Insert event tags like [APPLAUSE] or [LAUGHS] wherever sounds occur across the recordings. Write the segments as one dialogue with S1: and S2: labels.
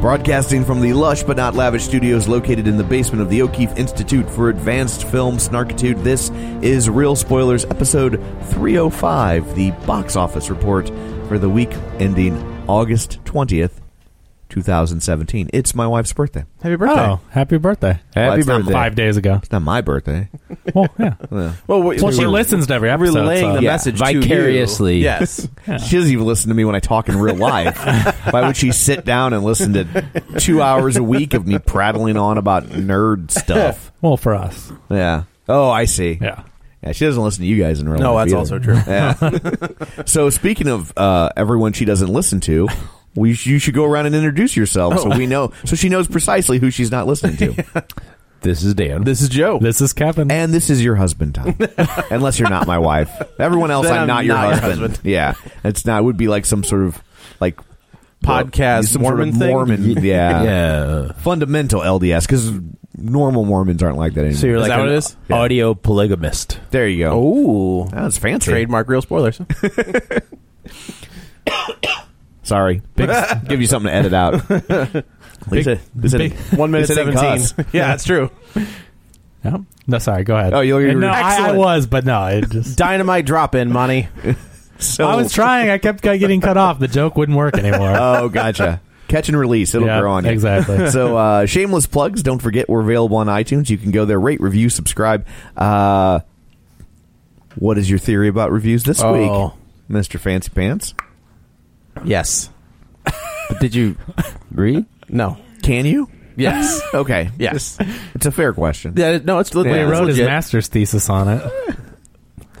S1: Broadcasting from the lush but not lavish studios located in the basement of the O'Keefe Institute for Advanced Film Snarkitude, this is Real Spoilers, episode 305, the box office report for the week ending August 20th, 2017. It's my wife's birthday.
S2: Happy birthday.
S3: Oh, happy birthday.
S1: Well,
S2: Happy
S1: it's not
S2: birthday.
S1: my-
S3: Five days ago.
S1: It's not my birthday.
S3: [LAUGHS] Well, yeah.
S2: Well, we-
S3: Well,
S2: we
S3: she
S2: were
S3: listens to every episode.
S2: [LAUGHS] relaying
S3: so- uh,
S2: the
S1: Yeah.
S2: message to you.
S4: Vicariously.
S2: Yes.
S1: She doesn't even listen to me when I talk in real life. Why would she sit down and listen to two hours a week of me prattling on about nerd stuff?
S3: Well, for us.
S1: Yeah. Oh, I see.
S3: Yeah.
S1: Yeah, she doesn't listen to you guys in real
S2: No,
S1: life.
S2: that's
S1: either.
S2: also true.
S1: Yeah.
S2: [LAUGHS]
S1: so speaking of uh, everyone she doesn't listen to, we sh- you should go around and introduce yourself
S2: Oh.
S1: so we know so she knows precisely who she's not listening
S2: [LAUGHS]
S1: to.
S4: This is Dan.
S2: This is Joe.
S3: This is Kevin.
S1: and this is your husband
S2: [LAUGHS]
S1: time, unless you're not my wife. Everyone else,
S2: Then
S1: I'm,
S2: I'm
S1: not, your,
S2: not your
S1: husband.
S2: husband.
S1: Yeah, it's not. It would be like some sort of like
S2: Podcast
S1: some
S2: Mormon
S1: sort of
S2: thing?
S1: Mormon,
S2: [LAUGHS]
S1: yeah.
S4: yeah.
S1: fundamental LDS because normal Mormons aren't like that anymore.
S4: So you're
S2: Is
S4: like
S2: that
S4: an
S2: what it is? Oh.
S1: Yeah.
S4: audio polygamist.
S1: there you go.
S2: Ooh.
S1: That's fancy.
S2: Trademark real [LAUGHS] spoilers.
S1: Sorry, Big- [LAUGHS] give you something to edit [LAUGHS] out. They said- they said-
S3: big-
S2: One minute
S1: they said it cuss.
S4: [LAUGHS]
S2: seventeen. yeah, that's true.
S3: Yeah. No, sorry. Go ahead.
S1: Oh, you- you-
S3: And No, I, I
S2: Excellent.
S3: was, but no,
S1: [LAUGHS]
S3: it just.
S2: Dynamite drop in, money.
S1: So-
S3: I was trying. I kept getting cut off. The joke wouldn't work anymore.
S1: [LAUGHS] Oh, gotcha. Catch and release. It'll
S3: Yeah,
S1: grow on you. [LAUGHS]
S3: exactly.
S1: So, uh, shameless plugs. Don't forget we're available on iTunes. You can go there, rate, review, subscribe. Uh, what is your theory about reviews this
S2: Oh.
S1: week, Mister Fancy Pants?
S2: Yes.
S4: But did you read?
S2: No.
S1: Can you? [LAUGHS]
S2: Yes.
S1: Okay.
S2: [LAUGHS] Yes.
S1: It's a fair question.
S2: Yeah, no, it's
S1: Yeah.
S3: he
S2: literally
S3: wrote his
S2: legit.
S3: master's thesis on it.
S2: What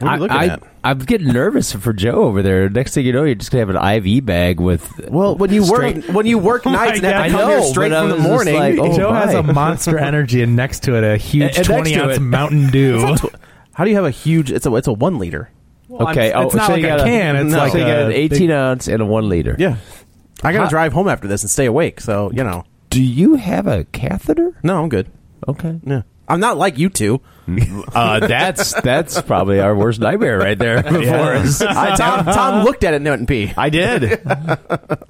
S2: are you looking
S4: I,
S2: at?
S4: I, am getting nervous for Joe over there. Next thing you know, you're just gonna have an IV bag with.
S2: Well, when you
S4: Straight-
S2: work when you [LAUGHS] work nights and have
S3: God.
S2: to Oh come
S4: I
S2: here
S4: know,
S2: straight
S4: but I
S2: from the
S4: was just
S2: morning,
S4: like, oh.
S3: Joe has
S4: my.
S3: a monster energy, and next to it, a huge
S4: And- and next
S3: twenty
S4: to
S3: ounce
S4: it-
S3: Mountain
S2: [LAUGHS]
S3: Dew.
S2: how do you have a huge? It's a it's a one liter.
S4: okay, oh,
S3: it's not like
S4: you
S3: a
S4: got
S3: can, it's
S4: no,
S3: like
S4: so you got
S3: a
S4: an 18
S3: big-
S4: ounce and a one liter.
S2: Yeah, I gotta
S4: Huh.
S2: drive home after this and stay awake. So you know,
S4: Do you have a catheter?
S2: no, I'm good.
S4: Okay.
S2: Yeah, I'm not like you [LAUGHS] two.
S4: Uh, [LAUGHS] that's that's probably our worst nightmare right [LAUGHS] there before us.
S2: I, Tom, Tom looked at it and went and pee.
S1: I did. [LAUGHS]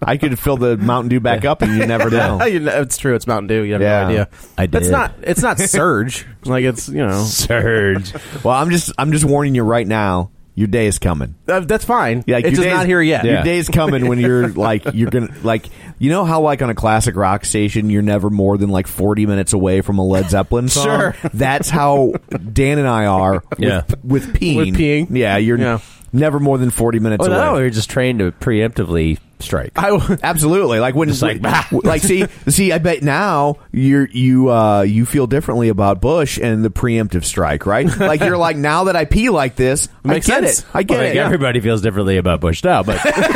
S1: I could fill the Mountain Dew back up, and you never
S4: [LAUGHS]
S1: know.
S2: You know, it's true. It's Mountain Dew. You have
S1: Yeah.
S2: no idea.
S4: Oh. I
S2: It's
S4: did.
S2: not. It's
S4: [LAUGHS]
S2: not Surge. like it's you know.
S4: Surge.
S1: Well, I'm just, I'm just warning you right now. Your day is coming.
S2: that- uh, that's fine.
S1: Yeah, like,
S2: it's
S1: your
S2: just
S1: day's-
S2: not here yet.
S1: Your day's coming when you're like you're gonna like you know how like on a classic rock station you're never more than like forty minutes away from a Led Zeppelin song.
S2: Sure.
S1: that's how Dan and I are. With,
S4: Yeah.
S1: with peeing.
S2: With peeing.
S1: Yeah, you're
S2: Yeah.
S1: never more than forty minutes
S4: Oh
S1: away.
S4: no, you're just trained to preemptively strike.
S1: I w- [LAUGHS] absolutely like when
S4: Just like,
S1: like like see see I bet now you're you uh you feel differently about Bush and the preemptive strike right like you're like now that I pee like this
S2: Makes
S1: I get
S2: sense.
S1: it I get
S4: Well,
S1: it
S4: like, Everybody feels differently about Bush now, but
S2: Isn't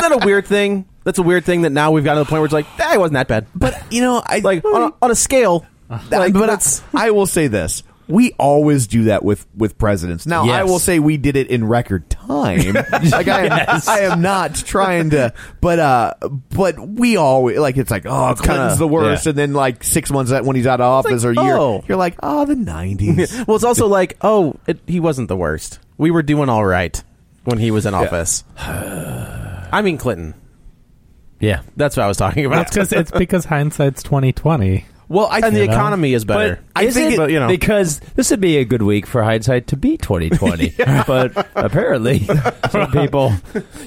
S2: that a weird thing? That's a weird thing that now we've gotten to the point where it's like, that wasn't that
S4: [LAUGHS]
S2: bad. But
S1: you know I
S2: [LAUGHS] like on a, on a scale,
S4: Uh-huh.
S2: like,
S1: but
S2: it's
S1: I will say this. We always do that with, with presidents. Now, I
S4: Yes.
S1: will say we did it in record
S4: [LAUGHS]
S1: time. like I am,
S4: Yes.
S1: I am not trying to, but uh, but we always like it's like oh, Clinton's
S4: kinda-
S1: the worst,
S4: yeah.
S1: and then like six months out when he's out of office
S2: like,
S1: or a year,
S2: oh.
S1: you're like oh, the nineties.
S2: well, it's also like, oh, it, he wasn't the worst. We were doing all right when he was in office. I mean Clinton.
S4: yeah.
S2: That's what I was talking about.
S3: That's because it's because hindsight's twenty twenty.
S2: [LAUGHS] well, I, and the
S3: know?
S2: economy is better.
S4: But
S2: I
S4: is
S2: think,
S4: it-
S2: but, you know,
S4: [LAUGHS] because this would be a good week for hindsight to be
S1: [LAUGHS]
S4: 2020. But apparently, some people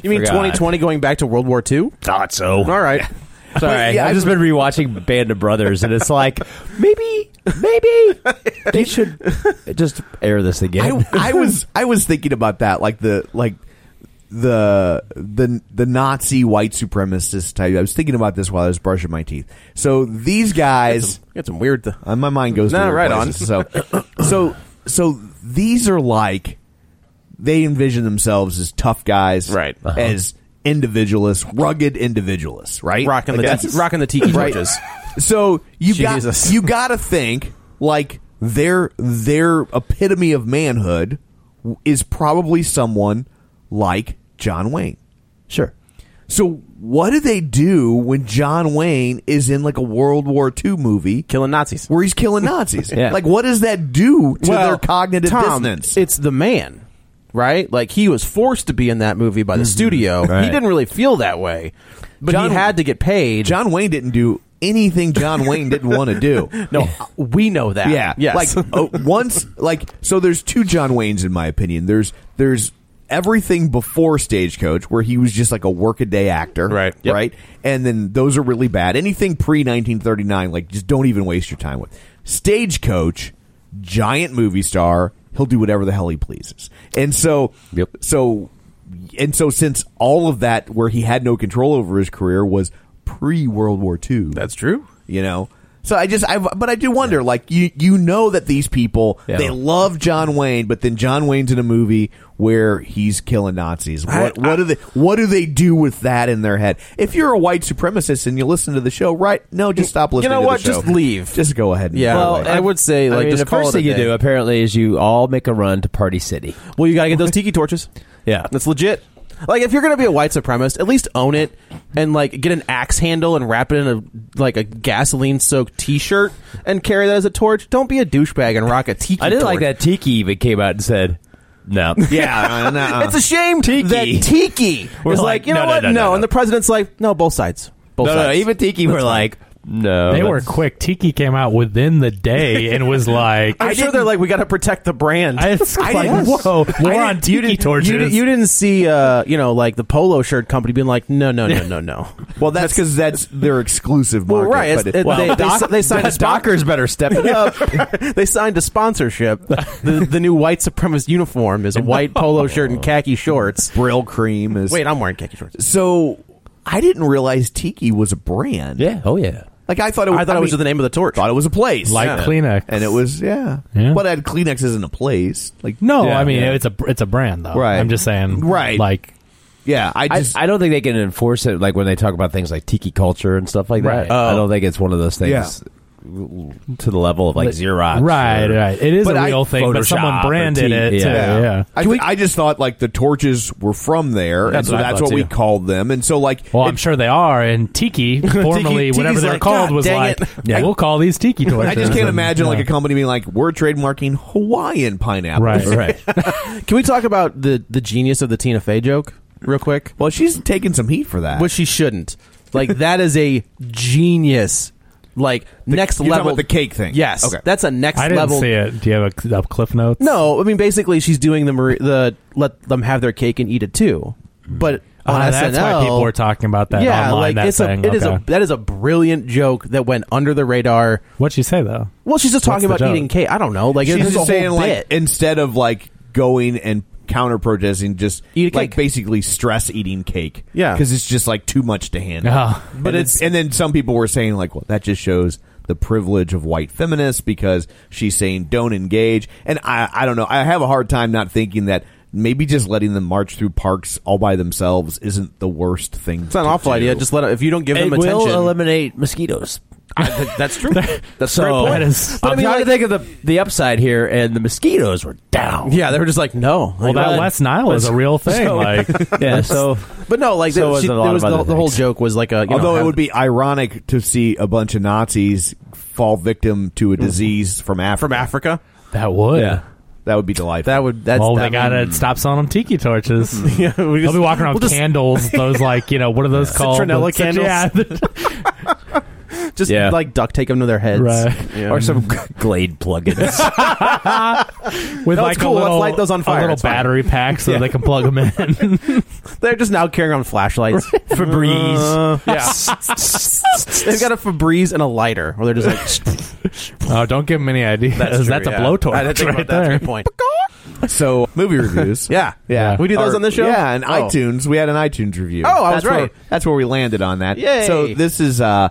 S2: you mean
S4: forgot.
S2: 2020 going back to World War II?
S4: thought so.
S2: All
S4: [LAUGHS]
S2: right,
S4: Sorry,
S1: Yeah,
S4: I've just been rewatching Band of Brothers, and it's like maybe, maybe they should just air this again.
S2: [LAUGHS]
S1: I, I was I was thinking about that, like the like the the the Nazi white supremacist type. I was thinking about this while I was brushing my teeth. So these guys.
S2: got some weird. Th-
S1: Uh, my mind goes to
S2: Nah,
S1: weird
S2: right
S1: places. So, so, so these are like they envision themselves as tough guys,
S2: Right. Uh-huh.
S1: As individualists, rugged individualists, right?
S2: rocking the
S1: Like,
S2: tiki,
S1: that's-
S2: rocking the tiki
S1: right.
S2: torches.
S1: So you
S2: Jesus.
S1: got you got to think like their their epitome of manhood w- is probably someone like John Wayne.
S4: Sure.
S1: So what do they do when John Wayne is in like a World War II movie
S2: Killing Nazis.
S1: where he's killing
S2: [LAUGHS]
S1: Nazis?
S4: Yeah.
S1: Like what does that do to
S2: Well,
S1: their cognitive
S2: Tom,
S1: dissonance?
S2: It's the man, right? Like he was forced to be in that movie by the studio.
S4: Mm-hmm. Right.
S2: He didn't really feel that way, but
S1: John-
S2: he had to get paid.
S1: John Wayne didn't do anything John Wayne didn't want to do.
S2: [LAUGHS] no, we know that.
S1: Yeah.
S2: yes. [LAUGHS]
S1: Like uh, once, like so. There's two John Waynes in my opinion. There's there's everything before Stagecoach where he was just like a workaday actor,
S2: Right. Yep.
S1: Right. And then those are really bad. Anything pre 1939, like just don't even waste your time with. Stagecoach, giant movie star. He'll do whatever the hell he pleases. And so,
S4: Yep.
S1: so. And so, since all of that, where he had no control over his career, was pre World War II.
S2: that's true.
S1: You know, so I just I but I do wonder like you you know that these people
S4: Yeah.
S1: they love John Wayne, but then John Wayne's in a movie where he's killing Nazis. What what do they what do they do with that in their head? If you're a white supremacist and you listen to the show, right? No, just stop listening.
S2: know
S1: to
S2: what?
S1: The show.
S2: Just leave.
S1: Just go ahead. And
S2: Yeah.
S1: go
S2: Well,
S1: away.
S2: I would say, like,
S4: I mean,
S2: just
S4: the
S2: call
S4: first
S2: it a
S4: thing you
S2: day.
S4: do apparently is you all make a run to Party City.
S2: Well, you gotta get those tiki torches.
S4: Yeah.
S2: that's legit. Like if you're gonna be a white supremacist, at least own it and like get an axe handle and wrap it in a like a gasoline soaked T-shirt and carry that as a torch. Don't be a douchebag and rock a tiki.
S4: I didn't like
S2: torch.
S4: that Tiki even came out and said, "No,
S1: [LAUGHS] yeah, uh, nuh-uh.
S2: It's a shame
S4: Tiki.
S2: that Tiki
S4: We're
S2: was
S4: like,
S2: like, you know
S4: no, no,
S2: what?
S4: no,
S2: No,
S4: no,
S2: and
S4: no.
S2: the president's like, no, both sides, both
S4: no,
S2: sides.
S4: no." Even Tiki were like, "No."
S3: They were
S4: that's-
S3: quick. Tiki came out within the day and was like,
S2: I'm sure they're like, we got to protect the brand.
S3: I, it's
S2: [LAUGHS] I
S3: like,
S2: didn't-
S3: whoa,
S2: I
S3: we're
S2: didn't-
S3: on
S2: you
S3: Tiki
S2: didn't-
S3: torches.
S2: You, didn't- you didn't see, uh, you know, like the polo shirt company being like, no, no,
S4: [LAUGHS]
S2: no, no, no.
S1: well, that's because that's their exclusive
S2: Well,
S1: market.
S2: right.
S1: but
S2: it's-
S1: it-
S2: it- they, they,
S4: Doc-
S2: si- they
S1: [LAUGHS]
S2: signed a sponsor-
S4: Dockers better step it up.
S2: [LAUGHS] they signed a sponsorship. The, the new white supremacist uniform is a white polo shirt and khaki shorts.
S1: Brill cream is
S2: Wait, I'm wearing khaki shorts.
S1: So I didn't realize Tiki was a brand.
S4: yeah. Oh yeah.
S1: like I thought. It,
S2: I thought it was
S1: mean,
S2: the name of the torch.
S1: Thought it was a place.
S3: like
S2: Yeah.
S3: Kleenex.
S1: and it was yeah.
S3: Yeah.
S1: But at Kleenex isn't a place. Like
S3: no,
S4: Yeah,
S3: I mean
S4: yeah.
S3: it's a it's a brand though.
S1: Right.
S3: I'm just saying.
S1: Right.
S3: Like
S1: yeah, I
S4: I,
S1: just
S4: I don't think they can enforce it like when they talk about things like tiki culture and stuff like
S3: Right.
S4: that. Uh, I don't think it's one of those things to the level of like Xerox.
S3: right,
S4: or-
S3: right. It is
S1: But
S3: a
S1: I-
S3: real thing, but
S4: Photoshop
S3: someone
S4: or
S3: branded
S4: T-
S3: it.
S4: yeah.
S3: too,
S1: yeah.
S3: Yeah.
S1: I, ju- I just thought like the torches were from there, and
S4: That's
S1: so
S4: what I
S1: that's
S4: thought,
S1: what we
S4: too.
S1: called them. And so like,
S3: Well, I'm
S1: it-
S3: sure they are. And
S2: [LAUGHS]
S3: Tiki, formerly,
S2: Tiki's
S3: whatever they're
S2: like,
S3: called,
S2: "God
S3: was
S2: dang
S3: like,
S2: it."
S3: yeah, we'll call these
S2: [LAUGHS]
S3: Tiki torches.
S1: I just can't
S3: and-
S1: imagine like
S3: yeah.
S1: a company being like, we're trademarking Hawaiian pineapple.
S3: Right,
S2: [LAUGHS]
S4: Right.
S2: Can we talk about the the genius of the Tina Fey joke real quick?
S1: Well, she's taking some heat for that.
S2: Which she shouldn't. Like that is a genius. Like next
S1: you're talking
S2: level
S1: about the cake thing.
S2: Yes,
S1: Okay.
S2: that's a next
S3: I didn't
S2: level.
S3: see it. Do you have a, a cliff notes?
S2: No, I mean basically she's doing the Marie, the let them have their cake and eat it too.
S1: Hmm.
S2: But on
S3: Ah, that's
S2: SNL,
S3: why people were talking about that
S2: yeah,
S3: online.
S2: like
S3: that
S2: it's
S3: thing.
S2: a it is
S3: Okay.
S2: a that is a brilliant joke that went under the radar.
S3: What'd you say though?
S2: Well, she's just talking
S3: What's
S2: about
S3: the joke?
S2: eating cake. I don't know. Like
S1: she's
S2: it's
S1: just
S2: a
S1: saying
S2: whole
S1: like
S2: bit.
S1: instead of like going and counter protesting, just
S2: Eat a
S1: like
S2: cake.
S1: basically stress eating cake.
S2: Yeah. Ah.
S1: because it's just like too much to handle.
S3: Oh.
S1: but it's and then some people were saying like, well, that just shows the privilege of white feminists because she's saying don't engage. And I I don't know. I have a hard time not thinking that. Maybe just letting them march through parks all by themselves isn't the worst thing.
S2: it's not an awful idea. Just let it, if you don't give
S4: It
S2: them
S4: will
S2: attention.
S4: eliminate mosquitoes.
S2: that's
S4: [LAUGHS]
S2: true. That's
S4: so
S2: a great point.
S3: That is-
S4: But I
S2: I
S4: mean,
S2: mean,
S4: trying
S2: like-
S4: to think of the the upside here, and the mosquitoes were down.
S2: yeah, they were just like no.
S3: Well,
S2: Like,
S3: that
S2: uh,
S3: West Nile is a real
S2: [LAUGHS]
S3: thing. like,
S4: yeah. So
S2: But no, like
S4: So
S2: that-
S4: was
S2: she-
S4: a
S2: there
S4: lot of
S2: was the,
S4: other
S2: the whole
S4: things.
S2: joke was like a. You
S1: Although
S2: know,
S1: it would be ironic to see a bunch of Nazis fall victim to a disease from Africa.
S2: Mm. from Africa.
S3: that would.
S4: yeah.
S1: That would be delightful.
S2: That would that's
S3: well, they
S2: that
S3: gotta stop selling them tiki torches.
S2: [LAUGHS] Yeah, we
S3: They'll
S2: just-
S3: be walking around
S2: we'll
S3: with
S2: just- [LAUGHS]
S3: candles. Those like you know what are those called?
S2: Citronella
S3: The-
S2: candles? just
S4: Yeah.
S2: like duct tape them to their
S3: Yeah,
S2: heads.
S3: right.
S4: Or some [LAUGHS]
S2: [LAUGHS]
S4: Glade plugins.
S3: [LAUGHS] With
S2: No,
S3: like
S2: it's cool.
S3: a
S2: Let's
S3: little,
S2: light those on fire.
S3: A little
S2: It's fine.
S3: battery pack
S2: [LAUGHS]
S3: so they can plug them in.
S2: They're just now carrying
S1: [LAUGHS]
S2: on flashlights.
S4: Febreze.
S1: Uh-huh.
S2: yeah. They've got a Febreze and a lighter, where they're just
S1: [LAUGHS]
S2: like,
S3: oh, don't give them any ideas. That's,
S2: true,
S3: a
S2: yeah.
S3: blowtorch
S2: I didn't think
S3: right
S2: about that. That's a
S3: there.
S2: good point.
S1: so [LAUGHS] movie reviews.
S2: Yeah.
S1: Yeah.
S2: We do those
S1: Or-
S2: on the show?
S1: Yeah, and
S2: Oh.
S1: iTunes. We had an iTunes review.
S2: Oh, I was
S1: That's where-
S2: right.
S1: that's where we landed on that.
S2: Yay.
S1: So this is uh,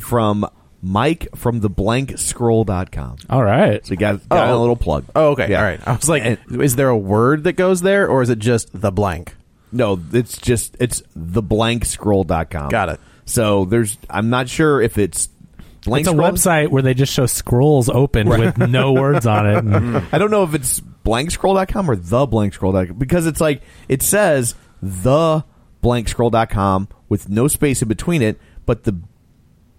S1: from Mike from the blank scroll.com.
S3: All right.
S1: So you got, got
S2: Oh.
S1: a little plug.
S2: Oh, okay.
S1: Yeah.
S2: All right. I was like,
S1: And-
S2: is there a word that goes there, or is it just the blank?
S1: No, it's just it's the blank scroll.com.
S2: Got it.
S1: So there's I'm not sure if it's blank
S3: it's a
S1: scrolls?
S3: website where they just show scrolls open with no words on it. And
S1: I don't know if it's blankscroll.com or the blankscroll.com because it's like it says the blankscroll.com with no space in between it, but the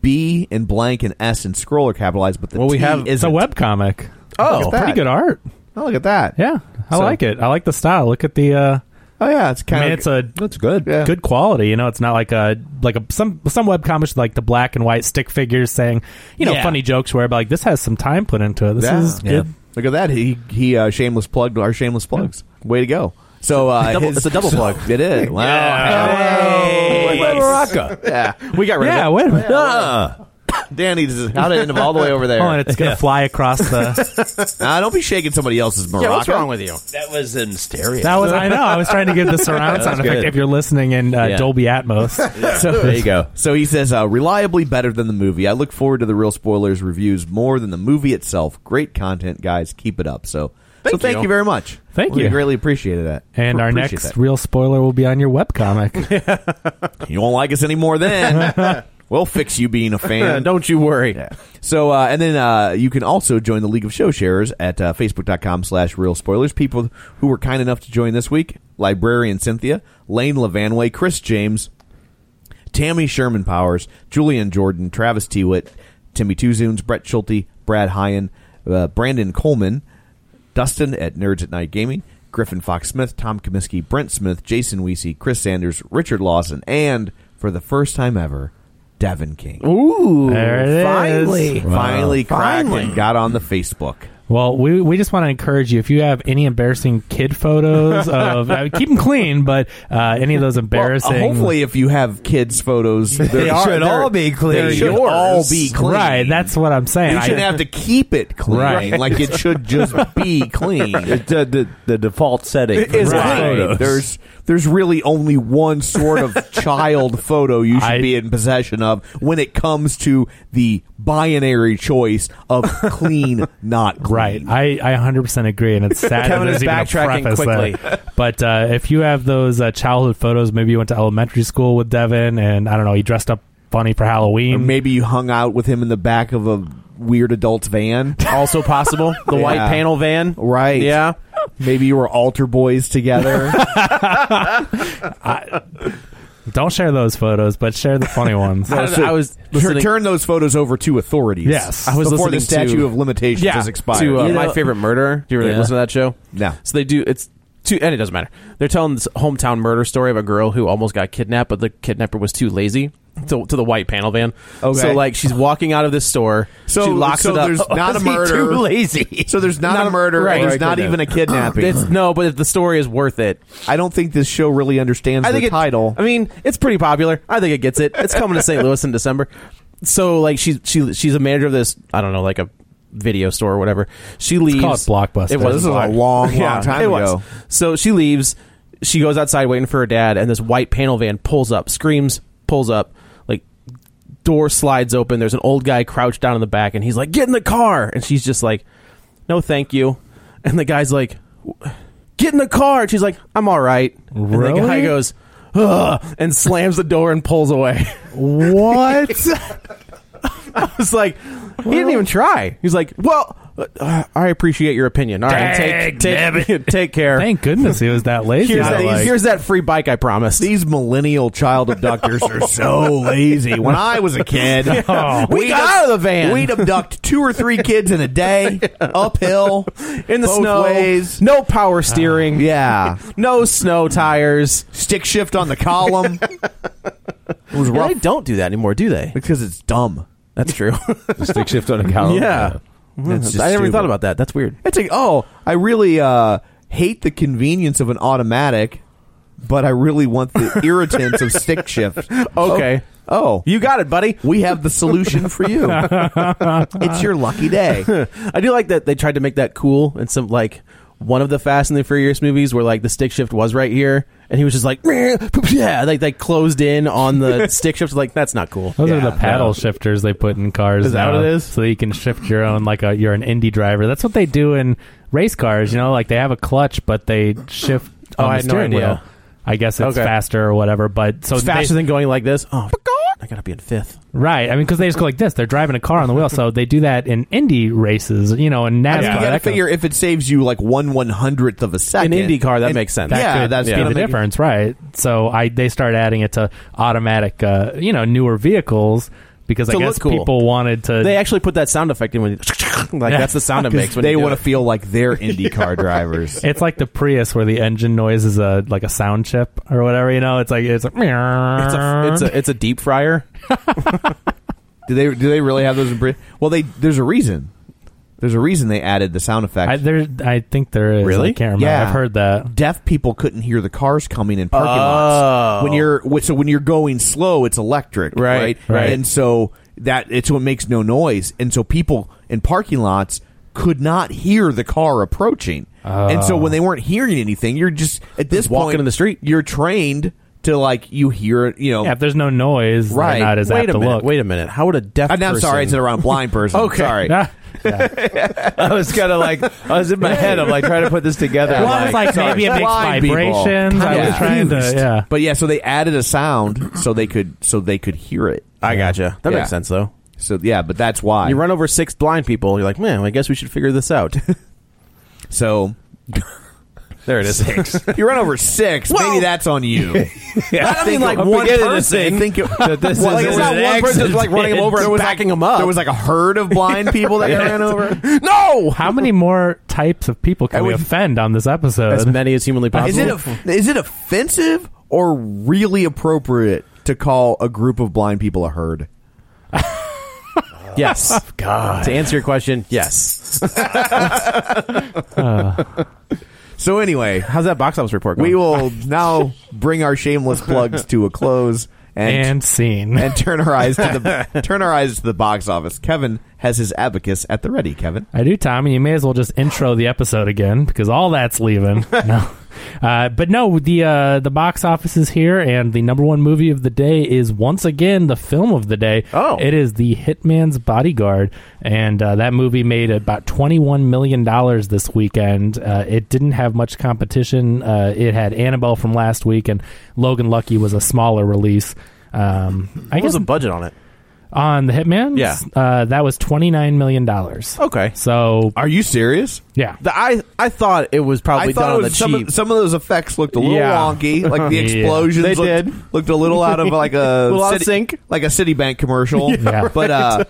S1: B and blank and S and scroll are capitalized, but the
S3: well, we
S1: T
S3: have it's
S1: isn't.
S3: a web comic.
S1: Oh, look at
S3: pretty
S1: that.
S3: good art.
S1: Oh, look at that.
S3: Yeah, I
S1: So-
S3: like it. I like the style. Look at the. Uh,
S1: Oh, yeah. It's kind
S3: I mean,
S1: of
S3: it's a
S4: That's good.
S1: Yeah.
S3: good quality. You know, it's not like a like a some some web comics like the black and white stick figures saying you know
S1: Yeah.
S3: funny jokes where but like this has some time put into it. This
S1: Yeah.
S3: is
S1: Yeah.
S3: good.
S1: Look at that. He he uh, shameless plugged our shameless plugs. Way to go. So uh,
S2: Double-
S1: his-
S2: it's a double plug.
S1: [LAUGHS] It
S3: [LAUGHS]
S1: is. Wow. Yeah.
S2: We got rid
S3: Yeah,
S2: of
S3: wait a minute.
S1: Danny's how to end up all the way over
S3: [LAUGHS]
S1: there.
S3: Oh, and it's gonna fly across the.
S1: Nah, don't be shaking somebody else's
S2: it.
S1: maraca.
S2: Yeah, what's wrong with you?
S5: That was in stereo.
S3: That was I know. I was trying to give the surround sound effect.
S4: good.
S3: If you're listening in uh,
S4: Yeah.
S3: Dolby Atmos, so
S4: There you go.
S1: So he says, uh, reliably better than the movie. I look forward to the real spoilers reviews more than the movie itself. Great content, guys. Keep it up. So, so thank you.
S2: you.
S1: very much.
S3: Thank
S1: We
S3: you.
S1: greatly appreciated that.
S3: And
S1: Pre-
S3: our
S1: appreciate
S3: next
S1: that.
S3: real spoiler will be on your webcomic.
S1: you won't like us anymore.
S2: [LAUGHS]
S1: Then we'll fix you being a fan.
S2: Don't you worry.
S1: So, uh, and then uh, you can also join the League of Show Sharers at uh, facebook.com slash real spoilers. People who were kind enough to join this week Librarian Cynthia, Lane Levanway, Chris James, Tammy Sherman Powers, Julian Jordan, Travis Tewitt, Timmy Tuzoons, Brett Schulte, Brad Hyan, uh, Brandon Coleman, Dustin at Nerds at Night Gaming, Griffin Fox Smith, Tom Comiskey, Brent Smith, Jason Weesey, Chris Sanders, Richard Lawson, and for the first time ever, Devin King.
S3: [LAUGHS]
S2: Ooh,
S3: There it is.
S2: finally.
S1: Finally cracked
S2: Finally.
S1: and got on the Facebook.
S3: well, we, we just want to encourage you if you have any embarrassing kid
S1: [LAUGHS]
S3: photos of I mean, keep them clean, but uh, any of those embarrassing.
S1: Well, hopefully, if you have kids' photos, they
S4: should all be clean.
S1: They should
S4: Yours.
S1: all be clean.
S3: right? That's what I'm saying.
S1: you shouldn't
S3: I-
S1: have to keep it clean.
S3: Right.
S1: Like it should just be
S4: [LAUGHS]
S1: clean.
S4: It- The, uh, the, the default setting
S1: It is
S4: for
S3: Right.
S1: clean.
S4: photos.
S1: There's there's really only one sort
S2: [LAUGHS]
S1: of child photo you should
S3: I-
S1: be in possession of when it comes to the binary choice of
S2: [LAUGHS]
S1: clean, not clean.
S3: Right, I, I 100%
S1: [LAUGHS]
S3: agree, and it's sad that
S2: Kevin
S3: there's
S2: is
S3: even a
S2: backtracking
S3: preface
S2: quickly.
S3: there. [LAUGHS] But uh, if you have those uh, childhood photos, maybe you went to elementary school with Devin, and I don't know, he dressed up funny for
S1: Or
S3: Halloween.
S1: maybe you hung out with him in the back of a weird adult's van.
S2: Also possible. The
S1: [LAUGHS]
S2: white
S1: Yeah.
S2: panel van.
S1: Right.
S2: Yeah.
S1: Maybe you were altar boys
S2: [LAUGHS]
S1: together.
S3: Don't share those photos, but share the
S1: [LAUGHS]
S3: funny ones.
S2: I, don't know, I was
S1: Tur-
S2: listening.
S1: turn those photos over to authorities.
S3: Yes. I
S2: was
S1: before the
S2: listening to-
S1: statute of limitations
S2: yeah,
S1: has expired.
S2: to uh,
S1: You
S2: my
S1: know-
S2: favorite murderer. Do you really
S4: Yeah.
S2: listen to that show?
S1: No.
S2: So they do. It's two, and it doesn't matter. They're telling this hometown murder story of a girl who almost got kidnapped, but the kidnapper was too lazy. To, to the white panel van.
S1: Okay.
S2: So like she's walking out of this store.
S1: So-
S2: she locks
S1: so
S2: it up. [LAUGHS]
S1: there's not a
S2: Is he
S1: murder.
S2: too late?
S4: lazy.
S1: so there's not,
S2: Not-
S1: a murder.
S2: right.
S1: and there's
S2: Right,
S1: not
S2: no.
S1: even a kidnapping.
S2: It's- no, but the story is worth it.
S1: I don't think this show really understands
S2: I think
S1: the
S2: it,
S1: title.
S2: I mean, it's pretty popular. I think it gets it. It's coming
S1: [LAUGHS]
S2: to St. Louis in December. So like she she she's a manager of this. I don't know, like a video store or whatever. She leaves.
S3: called Blockbuster.
S2: It was
S3: This is a
S2: Block-
S1: long, long
S2: Yeah,
S1: time
S2: it was.
S1: ago.
S2: So she leaves. She goes outside waiting for her dad, and this white panel van pulls up, screams, pulls up, like door slides open. There's an old guy crouched down in the back, and he's like, "Get in the car!" And she's just like, "No, thank you." And the guy's like, "Get in the car!" And she's like, "I'm all right." And the guy
S3: Really?
S2: goes, "Ugh," and slams the door and pulls away. What? [LAUGHS] I was like, he didn't even try. He's like, "Well." Uh, I appreciate your opinion. All right,
S3: Dang,
S2: take take, [LAUGHS] take care.
S3: Thank goodness he was that lazy.
S2: here's,
S3: I
S2: that,
S3: like-
S2: here's that free bike I promised.
S1: These millennial child abductors are so lazy. When I was a
S2: [LAUGHS]
S1: kid,
S3: Oh.
S2: We got out of the van.
S1: We'd abduct two or three kids in a
S2: [LAUGHS]
S1: day, uphill,
S2: in the
S1: both
S2: snow,
S1: ways. Uh,
S2: no power steering,
S1: Yeah,
S2: [LAUGHS] no snow tires.
S1: stick shift on the column. It was rough
S2: They don't do that anymore, do they?
S1: [LAUGHS] because it's dumb.
S2: That's true.
S4: stick shift on a column.
S2: yeah,
S1: It's just
S2: I never
S1: stupid.
S2: thought about that. That's weird.
S1: It's like, oh, I really uh, hate the convenience of an automatic, but I really want
S2: [LAUGHS]
S1: the irritants of stick shift.
S2: Okay.
S1: Oh,
S2: You got it, buddy.
S1: we have the solution for
S2: [LAUGHS]
S1: you. it's your lucky day.
S2: I do like that they tried to make that cool in some like one of the Fast and the Furious movies where like the stick shift was right here, and he was just like, "Meh, yeah, like they closed in on the stick shift. Like that's not cool.
S3: Those are
S2: Yeah,
S3: the paddle
S2: no.
S3: shifters they put in cars.
S2: Is that
S3: now,
S2: what it is?
S3: So you can shift your own like a you're an indie driver. That's what they do in race cars. You know, like they have a clutch, but they shift.
S2: Oh,
S3: on
S2: I
S3: the
S2: had no
S3: steering
S2: idea.
S3: Wheel. I guess it's
S2: Okay.
S3: faster or whatever. But so
S2: It's faster
S3: they,
S2: than going like this. Oh, I gotta be in fifth.
S3: Right. I mean, because they just go like this. They're driving a car on the wheel, so they do that in Indy races, you know, in NASCAR.
S1: I mean, you got to
S3: that kind of-
S1: figure if it saves you like one one hundredth of a second.
S2: IndyCar, that
S1: and-
S2: makes sense.
S1: yeah,
S2: That could-
S1: that's
S2: yeah.
S3: be
S1: gonna
S3: the
S1: make-
S3: difference, right? So I they started adding it to automatic, uh, you know, newer vehicles because
S2: To
S3: I guess
S2: look cool.
S3: people wanted to.
S2: They actually put that sound effect in when [LAUGHS] like
S3: Yeah.
S2: that's the sound
S1: [LAUGHS]
S2: it
S1: 'cause
S2: makes when
S1: They
S2: want
S1: want to feel like
S2: [LAUGHS]
S1: they're IndyCar drivers.
S3: it's like the Prius where the engine noise is a like a sound chip or whatever. You know, it's like it's like
S2: It's a, it's a it's a deep fryer. [LAUGHS]
S1: Do they? Do they really have those? In Brit- well, they. There's a reason. There's a reason they added the sound effect.
S3: I, there, I think there is.
S2: Really?
S3: I can't remember.
S1: Yeah.
S3: I've heard that.
S1: deaf people couldn't hear the cars coming in parking lots. When you're wh- so when you're going slow, it's electric,
S2: Oh. Right,
S1: right?
S2: right.
S1: And so that it's what makes no noise, and so people in parking lots could not hear the car approaching, and so when they weren't hearing anything, you're just at this
S2: Oh. walking
S1: point
S2: in the street.
S1: You're trained to like you hear, it, you know.
S3: Yeah, if there's no noise, they're
S1: Right.
S3: Not as
S2: Wait
S3: apt
S2: a
S3: to
S2: minute.
S3: look.
S2: Wait a minute. How would a deaf?
S1: I'm Uh, I'm
S2: person-
S1: sorry, it's a wrong blind person.
S2: [LAUGHS] Okay.
S1: sorry.
S3: Ah.
S4: I was kind of like, I was
S2: [LAUGHS]
S4: in my head. I'm like trying to put this together.
S3: Well, I was like,
S1: sorry,
S3: maybe it makes
S1: blind people.
S3: vibrations. I was
S1: Yeah.
S3: trying to, yeah.
S1: But yeah, so they added a sound so they could so they could hear it.
S2: I gotcha. That
S1: Yeah.
S2: makes sense though.
S1: So yeah, but that's why
S2: You run over six blind people. You're like, man, I guess we should figure this out. [LAUGHS]
S1: So
S2: there it is. Six.
S1: [LAUGHS] you run over six. maybe that's on [LAUGHS] you.
S2: I mean, like
S4: I'm
S2: one
S4: beginning to
S2: person.
S4: think
S2: Think it,
S4: that
S2: [LAUGHS]
S4: this
S2: well, like,
S4: is
S2: it's not
S4: an
S2: one person that's, like running him over
S1: There
S2: and
S1: was
S2: backing
S1: like,
S2: him up.
S1: There was like a herd of blind people [LAUGHS] that I ran over.
S3: [LAUGHS]
S2: no.
S3: How many more types of people can
S1: I
S3: we
S1: would-
S3: offend on this episode?
S2: As many as humanly possible.
S1: Is it a, is it offensive or really appropriate to call a group of blind people a herd?
S2: yes. God. To answer your question, yes.
S1: So anyway,
S2: How's that box office report going?
S1: we [LAUGHS] will now bring our shameless plugs to a close and
S3: and scene.
S1: and turn our eyes to the turn our eyes to the box office. Kevin has his abacus at the ready. Kevin,
S3: I do, Tom, and you may as well just intro the episode again because all that's
S2: [LAUGHS]
S3: leaving. no. Uh, but no, the uh, the box office is here, and the number one movie of the day is once again the film of the day.
S2: Oh.
S3: it is the Hitman's Bodyguard, and uh, that movie made about twenty one million dollars this weekend. Uh, it didn't have much competition. Uh, it had Annabelle from last week, and Logan Lucky was a smaller release. Um, I
S2: What was
S3: guess
S2: the budget on it?
S3: on the Hitman,
S2: Yeah.
S3: uh, that was twenty nine million dollars.
S2: Okay.
S3: So
S1: are you serious?
S3: yeah,
S2: The, I I thought it was probably
S1: I thought
S2: done
S1: it
S2: on
S1: was
S2: the
S1: some,
S2: cheap.
S1: Of, some of those effects looked a little
S3: Yeah.
S1: wonky, like
S2: [LAUGHS]
S1: the
S3: Yeah.
S1: explosions.
S2: They
S1: looked,
S2: did.
S1: looked a little
S2: [LAUGHS]
S1: out of like a,
S2: Little out of
S1: city-
S2: sync.
S1: like a Citibank commercial.
S2: [LAUGHS]
S3: Yeah.
S1: but uh,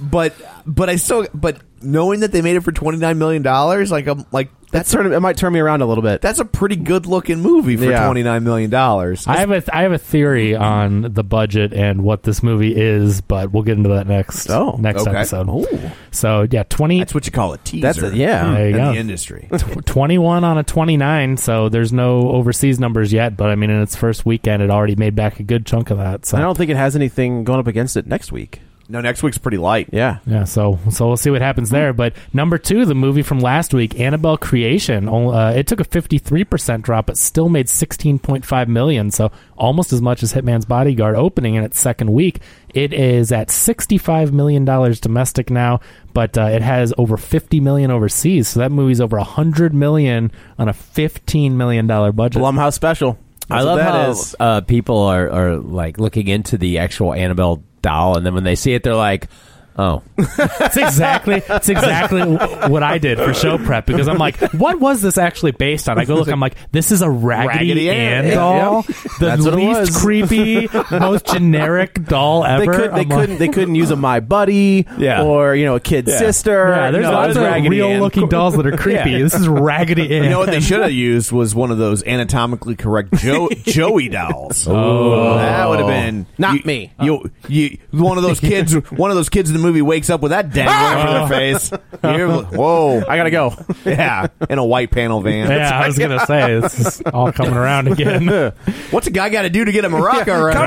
S1: but but I still but knowing that they made it for twenty nine million dollars, like I'm like
S2: That
S1: that's
S2: turned, it might turn me around a little bit.
S1: that's a pretty good looking movie for
S2: Yeah.
S1: twenty nine million dollars.
S3: I have a I have a theory on the budget and what this movie is, but we'll get into that next
S2: Oh,
S3: next
S1: okay.
S3: episode.
S2: Ooh.
S3: So yeah, twenty
S1: That's what you call a teaser.
S2: That's a, yeah.
S3: There you
S1: in
S3: go.
S1: the industry.
S3: 21 on a 29, so there's no overseas numbers yet, but I mean, in its first weekend, it already made back a good chunk of that. So
S2: I don't think it has anything going up against it next week.
S1: no, next week's pretty light.
S2: Yeah.
S3: Yeah, so so we'll see what happens there. But number two, the movie from last week, Annabelle Creation, o- uh, it took a fifty three percent drop, but still made sixteen point five million, so almost as much as Hitman's Bodyguard opening in its second week. It is at sixty five million dollars domestic now, but uh, it has over fifty million overseas. So that movie's over hundred million on a fifteen million dollar budget.
S2: Blumhouse special.
S4: I
S2: That's what
S4: love
S2: that
S4: how
S2: is.
S4: uh, people are, are like looking into the actual Annabelle doll, and then when they see it, they're like, "Oh,
S3: That's exactly that's exactly w- what I did for show prep because I'm like, what was this actually based on? I go look, I'm like, this is a Raggedy,
S2: Raggedy Ann.
S3: Ann
S2: Yeah.
S3: doll, the
S2: That's what it
S3: least
S2: was.
S3: creepy, most generic doll ever.
S2: They, could, they
S3: I'm like-
S2: couldn't. They couldn't use a my buddy
S4: Yeah.
S2: or you know a kid's sister.
S3: Yeah, there's
S2: No, it
S3: lots
S2: was
S3: of
S2: Raggedy
S3: real
S2: Ann.
S3: looking dolls
S2: [LAUGHS]
S3: that are creepy. This is Raggedy Ann.
S1: You know what they should have used was one of those anatomically correct
S2: [LAUGHS]
S1: jo- Joey dolls. Oh, that would have been
S2: Not
S1: you-
S2: me.
S1: You, you, one of those kids. one of those kids in the movie wakes up with that dangling from their face. You're- whoa!
S2: I gotta go.
S1: yeah, in a white panel van.
S3: yeah, I was gonna say it's just all coming around again.
S2: [LAUGHS]
S1: What's a guy got to do to get a maraca around?
S4: come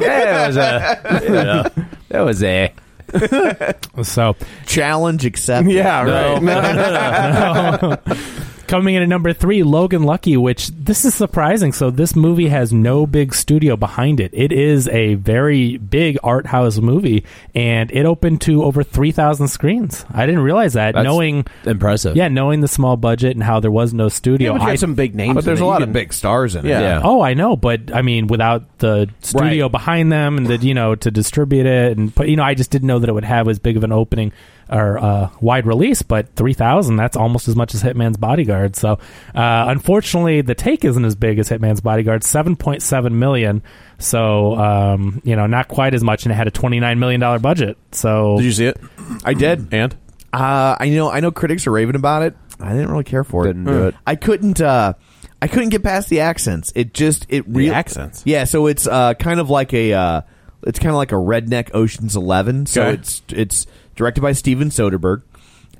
S1: his
S4: on!"
S3: [LAUGHS]
S1: feeling?
S4: that was a, yeah, that was a
S3: So
S1: Challenge accepted.
S2: Yeah, right.
S3: Coming in at number three, Logan Lucky, which this is surprising. So this movie has no big studio behind it. It is a very big art house movie, and it opened to over three thousand screens. I didn't realize that.
S4: That's
S3: knowing,
S4: impressive.
S3: yeah, knowing the small budget and how there was no studio. I-
S2: some big names,
S1: But there's a lot of big stars in it.
S4: Yeah.
S3: Oh, I know, but I mean, without the studio
S4: Right.
S3: behind them and the you know to distribute it and put, you know, I just didn't know that it would have as big of an opening or uh, wide release. But three thousand—that's almost as much as Hitman's Bodyguard. So, uh, unfortunately, the take isn't as big as Hitman's Bodyguard, seven point seven million. So, um, you know, not quite as much, and it had a twenty-nine million dollar budget. So,
S2: Did you see it?
S1: I did.
S2: And
S1: Uh, I know. I know critics are raving about it. I didn't really care for it.
S4: Didn't do it.
S1: I couldn't. Uh, I couldn't get past the accents. It just it real
S2: accents?
S1: Yeah, so it's uh, kind of like a uh, it's kind of like a redneck Ocean's Eleven. So
S2: Okay.
S1: it's it's directed by Steven Soderbergh,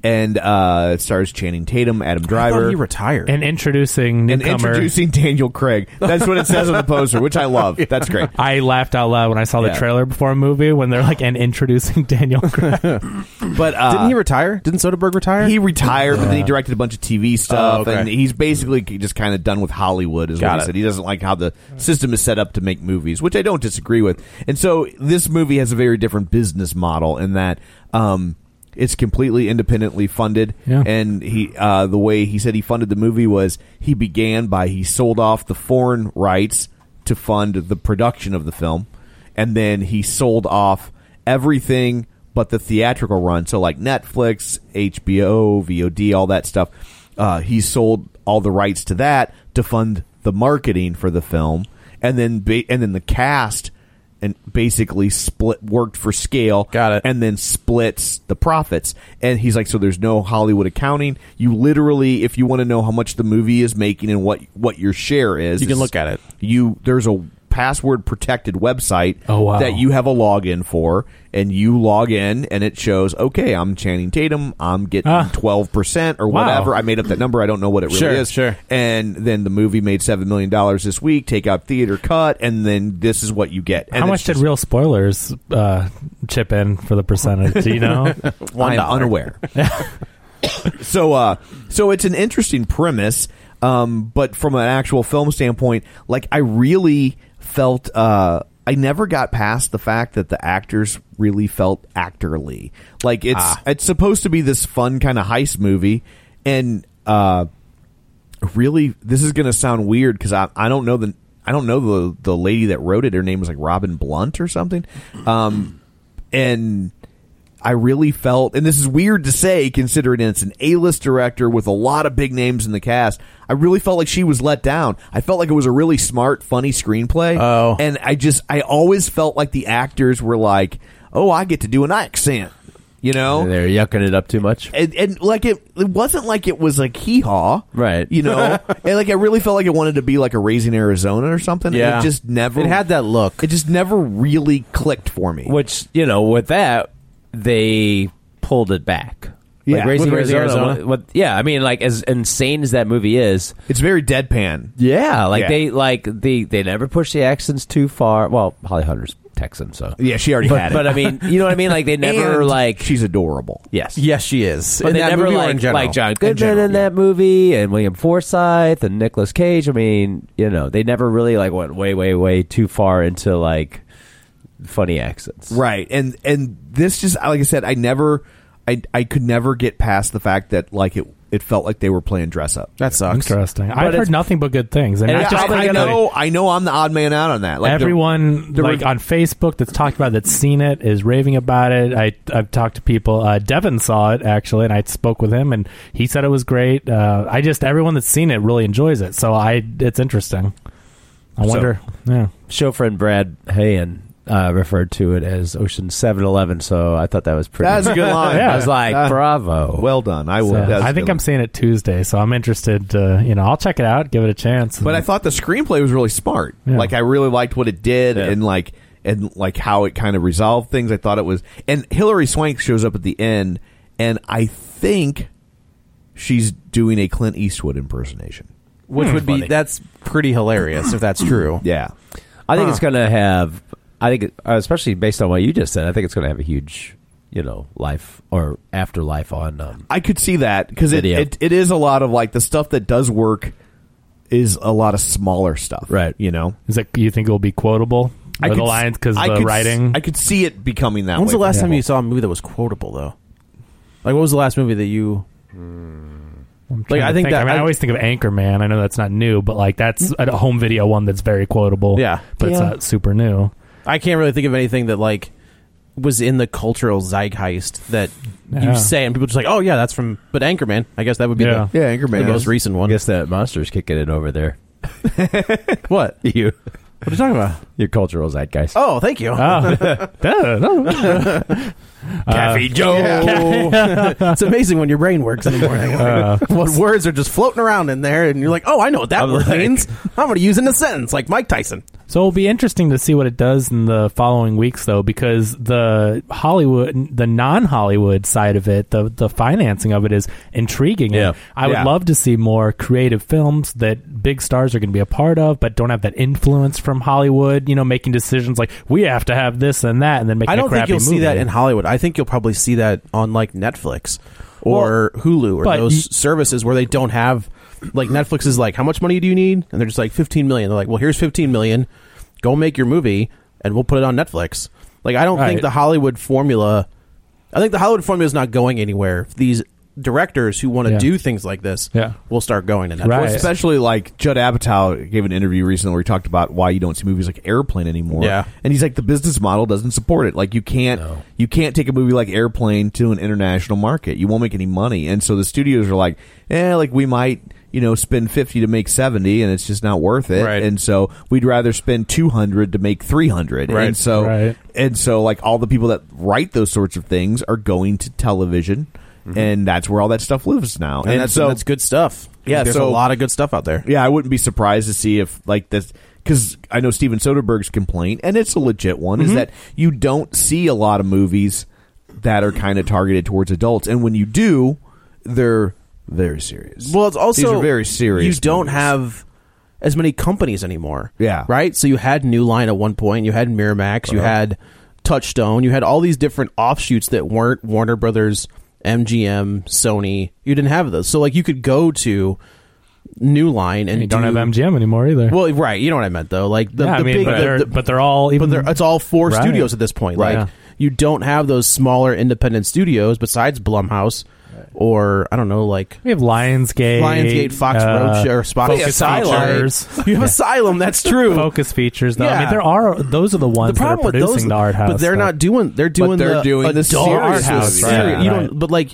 S1: and uh, it stars Channing Tatum, Adam
S2: I
S1: Driver,
S2: thought he retired.
S3: and introducing
S1: and
S3: newcomer.
S1: introducing Daniel Craig. That's what it says on the poster, which I
S2: [LAUGHS]
S1: love. That's great.
S3: I laughed out loud when I saw the
S1: Yeah.
S3: trailer before a movie when they're like, and introducing [LAUGHS] Daniel Craig.
S1: But uh,
S2: Didn't he retire? Didn't Soderbergh retire?
S1: He retired, but then he directed a bunch of TV stuff,
S2: Oh, okay.
S1: and he's basically just kind of done with Hollywood, is
S2: Got
S1: what he
S2: it.
S1: said. He doesn't like how the system is set up to make movies, which I don't disagree with. And so this movie has a very different business model in that um, it's completely independently funded.
S3: Yeah.
S1: And he, uh, the way he said he funded the movie was he began by he sold off the foreign rights to fund the production of the film, and then he sold off everything but the theatrical run. So like Netflix, HBO, VOD, all that stuff. Uh, he sold all the rights to that to fund the marketing for the film, and then ba- and then the cast and basically split worked for scale.
S2: Got it.
S1: And then splits the profits. And he's like, so there's no Hollywood accounting. You literally, if you want to know how much the movie is making and what what your share is,
S2: You can
S1: is-
S2: look at it.
S1: You there's a password protected website
S3: Oh, wow.
S1: that you have a login for and you log in and it shows okay I'm Channing Tatum I'm getting
S3: Ah.
S1: 12% or
S3: Wow.
S1: whatever I made up that number I don't know what it really
S2: Sure,
S1: is
S2: sure.
S1: and then the movie made 7 million dollars this week take out theater cut and then this is what you get and
S3: How
S1: it's
S3: much did
S1: just-
S3: real spoilers uh, chip in for the percentage? Do
S1: [LAUGHS]
S3: you know?
S1: I am unaware. so, uh, so it's an interesting premise, um, but from an actual film standpoint, like I really felt, uh, I never got past the fact that the actors really felt actorly. Like it's it's supposed to be this fun kind of heist movie, and uh, really this is going to sound weird because I, I don't know the I don't know the the lady that wrote it. Her name was like Robin Blunt or something, um, and I really felt, and this is weird to say considering it's an A list director with a lot of big names in the cast. I really felt like she was let down. I felt like it was a really smart, funny screenplay.
S2: Oh.
S1: and I just I always felt like the actors were like, oh, I get to do an accent, you know.
S4: They're yucking it up too much.
S1: and, and like it, it wasn't like it was like hee haw,
S4: Right.
S1: You
S4: [LAUGHS]
S1: know, and like I really felt like it wanted to be like a raising Arizona or something.
S4: Yeah.
S1: and it just never
S4: It had that look.
S1: It just never really clicked for me.
S4: Which you know, with that, they pulled it back.
S1: Yeah.
S4: like Raising
S1: With
S4: Arizona.
S1: Raising
S2: Arizona.
S4: What, what- yeah, I mean, like as insane as that movie is,
S1: It's very deadpan.
S4: yeah, like
S1: Yeah.
S4: they like they they never push the accents too far. Well, Holly Hunter's Texan, so
S1: Yeah, she already
S4: but,
S1: had it.
S4: but I mean, you know what I mean? Like they never
S1: And
S4: like
S1: she's adorable.
S4: yes,
S2: yes, she is.
S4: But
S2: in
S4: they
S2: that
S4: never
S2: movie or
S4: like
S2: in general?
S4: like John
S1: In
S4: Goodman in,
S1: general, yeah.
S4: that movie and William Forsythe and Nicolas Cage. I mean, you know, they never really like went way, way, way too far into like funny accents.
S1: Right. And and this just like I said, I never I I could never get past the fact that like it it felt like they were playing dress up.
S2: That sucks.
S3: Interesting. I've
S4: it's-
S3: heard nothing but good things, and,
S4: And
S3: not
S4: it's
S3: just
S4: probably
S1: I, I
S3: good things.
S1: know I know I'm the odd man out on that. Like the-
S3: Everyone
S1: the
S3: like
S1: re-
S3: on Facebook that's talked about it, that's seen it is raving about it. I I've talked to people. Uh, Devin saw it actually, and I spoke with him, and he said it was great. Uh, I just everyone that's seen it really enjoys it, so I it's interesting. I wonder. yeah.
S4: Show friend Brad Hayen uh, referred to it as Ocean Seven Eleven, so I thought that was pretty.
S1: That's a
S4: [LAUGHS]
S1: good line.
S3: Yeah.
S4: I was like,
S1: Uh,
S4: bravo.
S1: well done. I will.
S3: So,
S1: that's
S3: I
S1: a
S3: think
S1: good
S3: I'm
S1: one.
S3: seeing it Tuesday, so I'm interested. To, you know, I'll check it out, give it a chance.
S1: But I
S3: and-
S1: thought the screenplay was really smart.
S3: Yeah.
S1: Like I really liked what it did and like and like how it kind of resolved things. I thought it was and Hilary Swank shows up at the end and I think she's doing a Clint Eastwood impersonation.
S2: Which would be that's pretty hilarious if that's true.
S1: Yeah.
S4: I think it's going to have. I think, uh, especially based on what you just said, I think it's going to have a huge you know life or afterlife on um,
S1: I could see that because it,
S4: Video.
S1: it it is a lot of like the stuff that does work is a lot of smaller stuff,
S4: Right.
S1: You know,
S3: Is that you think it'll be quotable? Or the
S1: could s-
S3: lines because
S1: I
S3: the
S1: could s-
S3: writing.
S1: I could see it becoming that.
S2: When's
S1: way
S2: the last
S1: for
S2: time you
S1: people.
S2: saw a movie that was quotable though? Like what was the last movie that you?
S3: I'm trying
S2: I
S3: to
S2: think that-
S3: I, mean, I
S2: I-
S3: always think of Anchorman. I know that's not new, but like that's
S1: Mm.
S3: a home video one that's very quotable.
S2: Yeah.
S3: but it's
S2: Yeah.
S3: not super new.
S2: I can't really think of anything that like was in the cultural zeitgeist that
S3: Yeah.
S2: you say and people just like, oh yeah, that's from. But Anchorman, I guess that would be
S3: Yeah.
S2: the
S1: Yeah, Anchorman
S2: the
S1: was-
S2: most recent
S4: I
S2: one.
S4: guess that monster's kicking it over there. [LAUGHS]
S2: What? What
S4: You,
S2: are you talking about?
S4: your cultural zeitgeist.
S2: Oh, thank you.
S3: Oh, [LAUGHS] Duh, no.
S4: Cafe Joe.
S2: [LAUGHS] it's amazing when your brain works in the morning. [LAUGHS] what words are just floating around in there, and you're like, oh, I know what that
S4: I'm
S2: word
S4: like-
S2: means. I'm going to use it in a sentence, like Mike Tyson.
S3: So it'll be interesting to see what it does in the following weeks, though, because the Hollywood, the non-Hollywood side of it, the the financing of it is intriguing.
S4: Yeah.
S3: And I would
S2: Yeah.
S3: love to see more creative films that big stars are going to be a part of, but don't have that influence from Hollywood. You know, making decisions like we have to have this and that, and then making
S2: I
S3: a
S2: don't think
S3: crappy
S2: you'll see
S3: movie.
S2: that in Hollywood. I think you'll probably see that on like Netflix or Hulu or
S3: but
S2: those
S3: you-
S2: services where they don't have like Netflix is like, how much money do you need? And they're just like fifteen million. They're like, well, here's fifteen million. Go make your movie, and we'll put it on Netflix. Like, I don't
S3: Right.
S2: think the Hollywood formula. I think the Hollywood formula is not going anywhere. These directors who want to
S3: Yeah.
S2: do things like this
S3: Yeah.
S2: will start going to Netflix.
S3: Right.
S1: Well, especially like Judd Apatow gave an interview recently where he talked about why you don't see movies like Airplane anymore.
S2: Yeah.
S1: and he's like the business model doesn't support it. Like you can't you can't take a movie like Airplane to an international market. You won't make any money, and so the studios are like, eh, like we might you know spend fifty to make seventy, and it's just not worth it.
S2: Right.
S1: And so we'd rather spend two hundred to make three hundred.
S2: Right.
S1: And so
S3: Right.
S1: and so like all the people that write those sorts of things are going to television. And that's where all that stuff lives now,
S2: Mm-hmm. And, that's,
S1: so
S2: that's good stuff.
S1: Yeah,
S2: there's
S1: so-
S2: a lot of good stuff out there.
S1: yeah, I wouldn't be surprised to see if like this because I know Steven Soderbergh's complaint, and it's a legit one,
S2: Mm-hmm.
S1: is that you don't see a lot of movies that are kind of targeted towards adults, and when you do, they're very serious.
S2: Well, it's also
S1: These are very serious.
S2: You don't
S1: movies.
S2: have as many companies anymore.
S1: Yeah. Uh-huh.
S2: Right? So you had New Line at one point, you had Miramax, you had Touchstone, you had all these different offshoots that weren't Warner Brothers, MGM, Sony. You didn't have those. So like you could go to New Line and
S3: you don't
S2: do-
S3: have MGM anymore either.
S2: Well, right, you know what I meant though. Like the,
S3: yeah,
S2: the
S3: I mean,
S2: big
S3: but,
S2: the-
S3: they're,
S2: the-
S3: but they're all even.
S2: but they're, it's all four
S3: Right.
S2: studios at this point.
S3: Right.
S2: Like you don't have those smaller independent studios besides Blumhouse or I don't know, like
S3: we have Lionsgate,
S2: Lionsgate, Fox
S3: uh,
S2: Roadshow, or Spotify.
S3: Focus Features.
S2: [LAUGHS] You have Asylum. That's true.
S3: Focus features, though. I mean,
S2: Yeah.
S3: there are those are the
S2: The
S3: ones
S2: problem
S3: that are
S2: with
S3: producing
S2: those,
S3: the art house,
S2: but they're
S3: stuff.
S2: not doing. They're doing.
S1: they're
S2: the
S1: doing the
S2: adult
S1: serious
S2: house.
S1: stuff,
S2: Seri-
S3: yeah.
S2: You
S3: Right.
S2: don't. But like,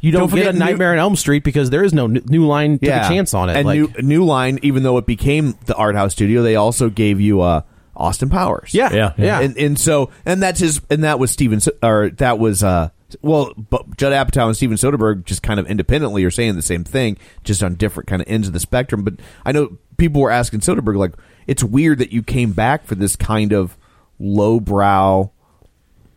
S2: you don't,
S1: Don't
S2: get
S1: forget
S2: a
S1: New-
S2: Nightmare on Elm Street because there is no New- New Line. Took a chance on it.
S1: And
S2: like,
S1: new, new Line, even though it became the art house studio, they also gave you uh, Austin Powers.
S2: Yeah. Yeah. Yeah.
S1: And, and so and that's his and that was Steven So- or that was uh well but Judd Apatow and Steven Soderbergh just kind of independently are saying the same thing, just on different kind of ends of the spectrum. But I know people were asking Soderbergh like, it's weird that you came back for this kind of lowbrow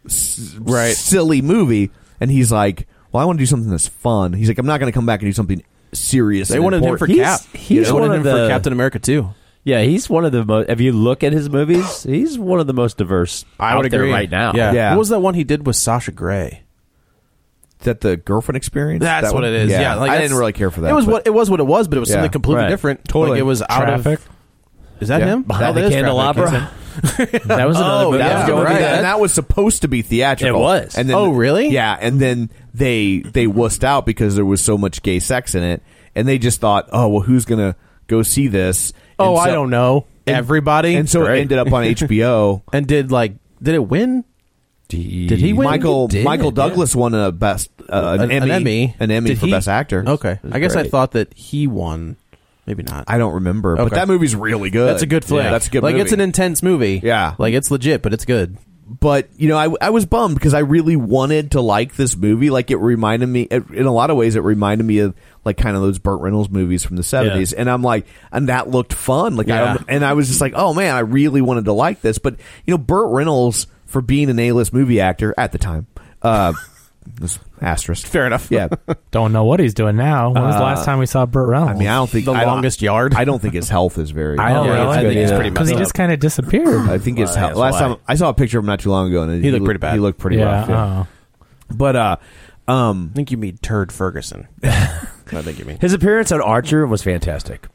S2: Right.
S1: silly movie and he's like well i want to do something that's fun he's like i'm not going to come back and do something serious
S2: they
S1: and
S2: wanted him for
S1: important.
S2: Cap.
S4: He's- he's
S2: they wanted
S4: one
S2: him
S4: of
S2: for
S4: the-
S2: Captain America too.
S4: Yeah, he's one of the most. If you look at his movies, he's one of the most diverse. out there right now.
S2: Yeah.
S1: Yeah.
S2: What was that one he did with Sasha Grey?
S1: Is that the girlfriend experience
S2: That's
S1: That
S2: what
S1: one?
S2: it is. Yeah, like
S1: i
S2: that's-
S1: didn't really care for that
S2: It was
S1: but-
S2: what it was. What it was, but it was
S1: Yeah.
S2: something completely
S4: Right.
S2: different.
S1: Totally.
S2: Like it was out
S3: traffic.
S2: of. Is that
S1: Yeah.
S2: him?
S1: Behind
S2: Oh,
S1: the
S2: that is
S1: candelabra.
S2: traffic, isn't it?
S4: [LAUGHS] that was another
S1: Oh,
S4: movie.
S1: that
S2: yeah,
S1: was going
S2: right.
S1: to be that, and that was supposed to be theatrical.
S4: It was.
S1: And then,
S2: Oh, really?
S1: Yeah, and then they they wussed out because there was so much gay sex in it, and they just thought, oh well, who's gonna go see this?
S2: Oh,
S1: And
S2: I
S1: so-
S2: don't know.
S1: and-
S2: Everybody
S1: And so
S4: Great.
S1: it ended up
S2: [LAUGHS]
S1: on HBO.
S2: and did like did it win?
S4: Did
S2: he win?
S1: Michael
S2: He did,
S1: Michael
S2: yeah.
S1: Douglas won a best uh, an, Emmy, an Emmy
S2: Did
S1: for
S2: he-
S1: best actor.
S2: Okay,
S1: It was
S2: I guess I
S1: great.
S2: thought that he won. Maybe not.
S1: I don't remember, but
S2: Okay.
S1: that movie's really good.
S2: that's a good flick.
S1: Yeah, that's a good.
S2: Like
S1: movie.
S2: it's an intense movie.
S1: Yeah.
S2: like it's legit, but it's good.
S1: but you know, I, I was bummed because I really wanted to like this movie. Like it reminded me, it, in a lot of ways, it reminded me of like kind of those Burt Reynolds movies from the seventies. And I'm like, and that looked fun. Like,
S2: Yeah.
S1: I, and I was just like, oh man, I really wanted to like this. But you know, Burt Reynolds for being an A-list movie actor at the time, uh, [LAUGHS] was asterisk. Fair enough. Yeah.
S3: Don't know what he's doing now. When was the
S2: Uh,
S3: last time we saw Burt Reynolds?
S1: I mean, I don't think
S2: The
S1: I don't-
S2: longest yard.
S1: I don't think his health is very.
S4: I don't
S3: Oh,
S4: think
S3: really?
S4: it's
S3: I
S4: good
S3: think
S2: it's
S4: either.
S2: pretty
S3: because he
S2: messed
S3: just kind of disappeared.
S1: I think his
S4: Well,
S1: health.
S4: that's
S1: Last
S4: why.
S1: time I saw a picture of him not too long ago, and he,
S2: looked pretty bad.
S1: He looked pretty
S3: yeah,
S1: rough. yeah.
S3: oh.
S1: But uh, um,
S2: I think you mean
S1: [LAUGHS]
S2: Turd Ferguson. I think you mean.
S4: His appearance on Archer was fantastic.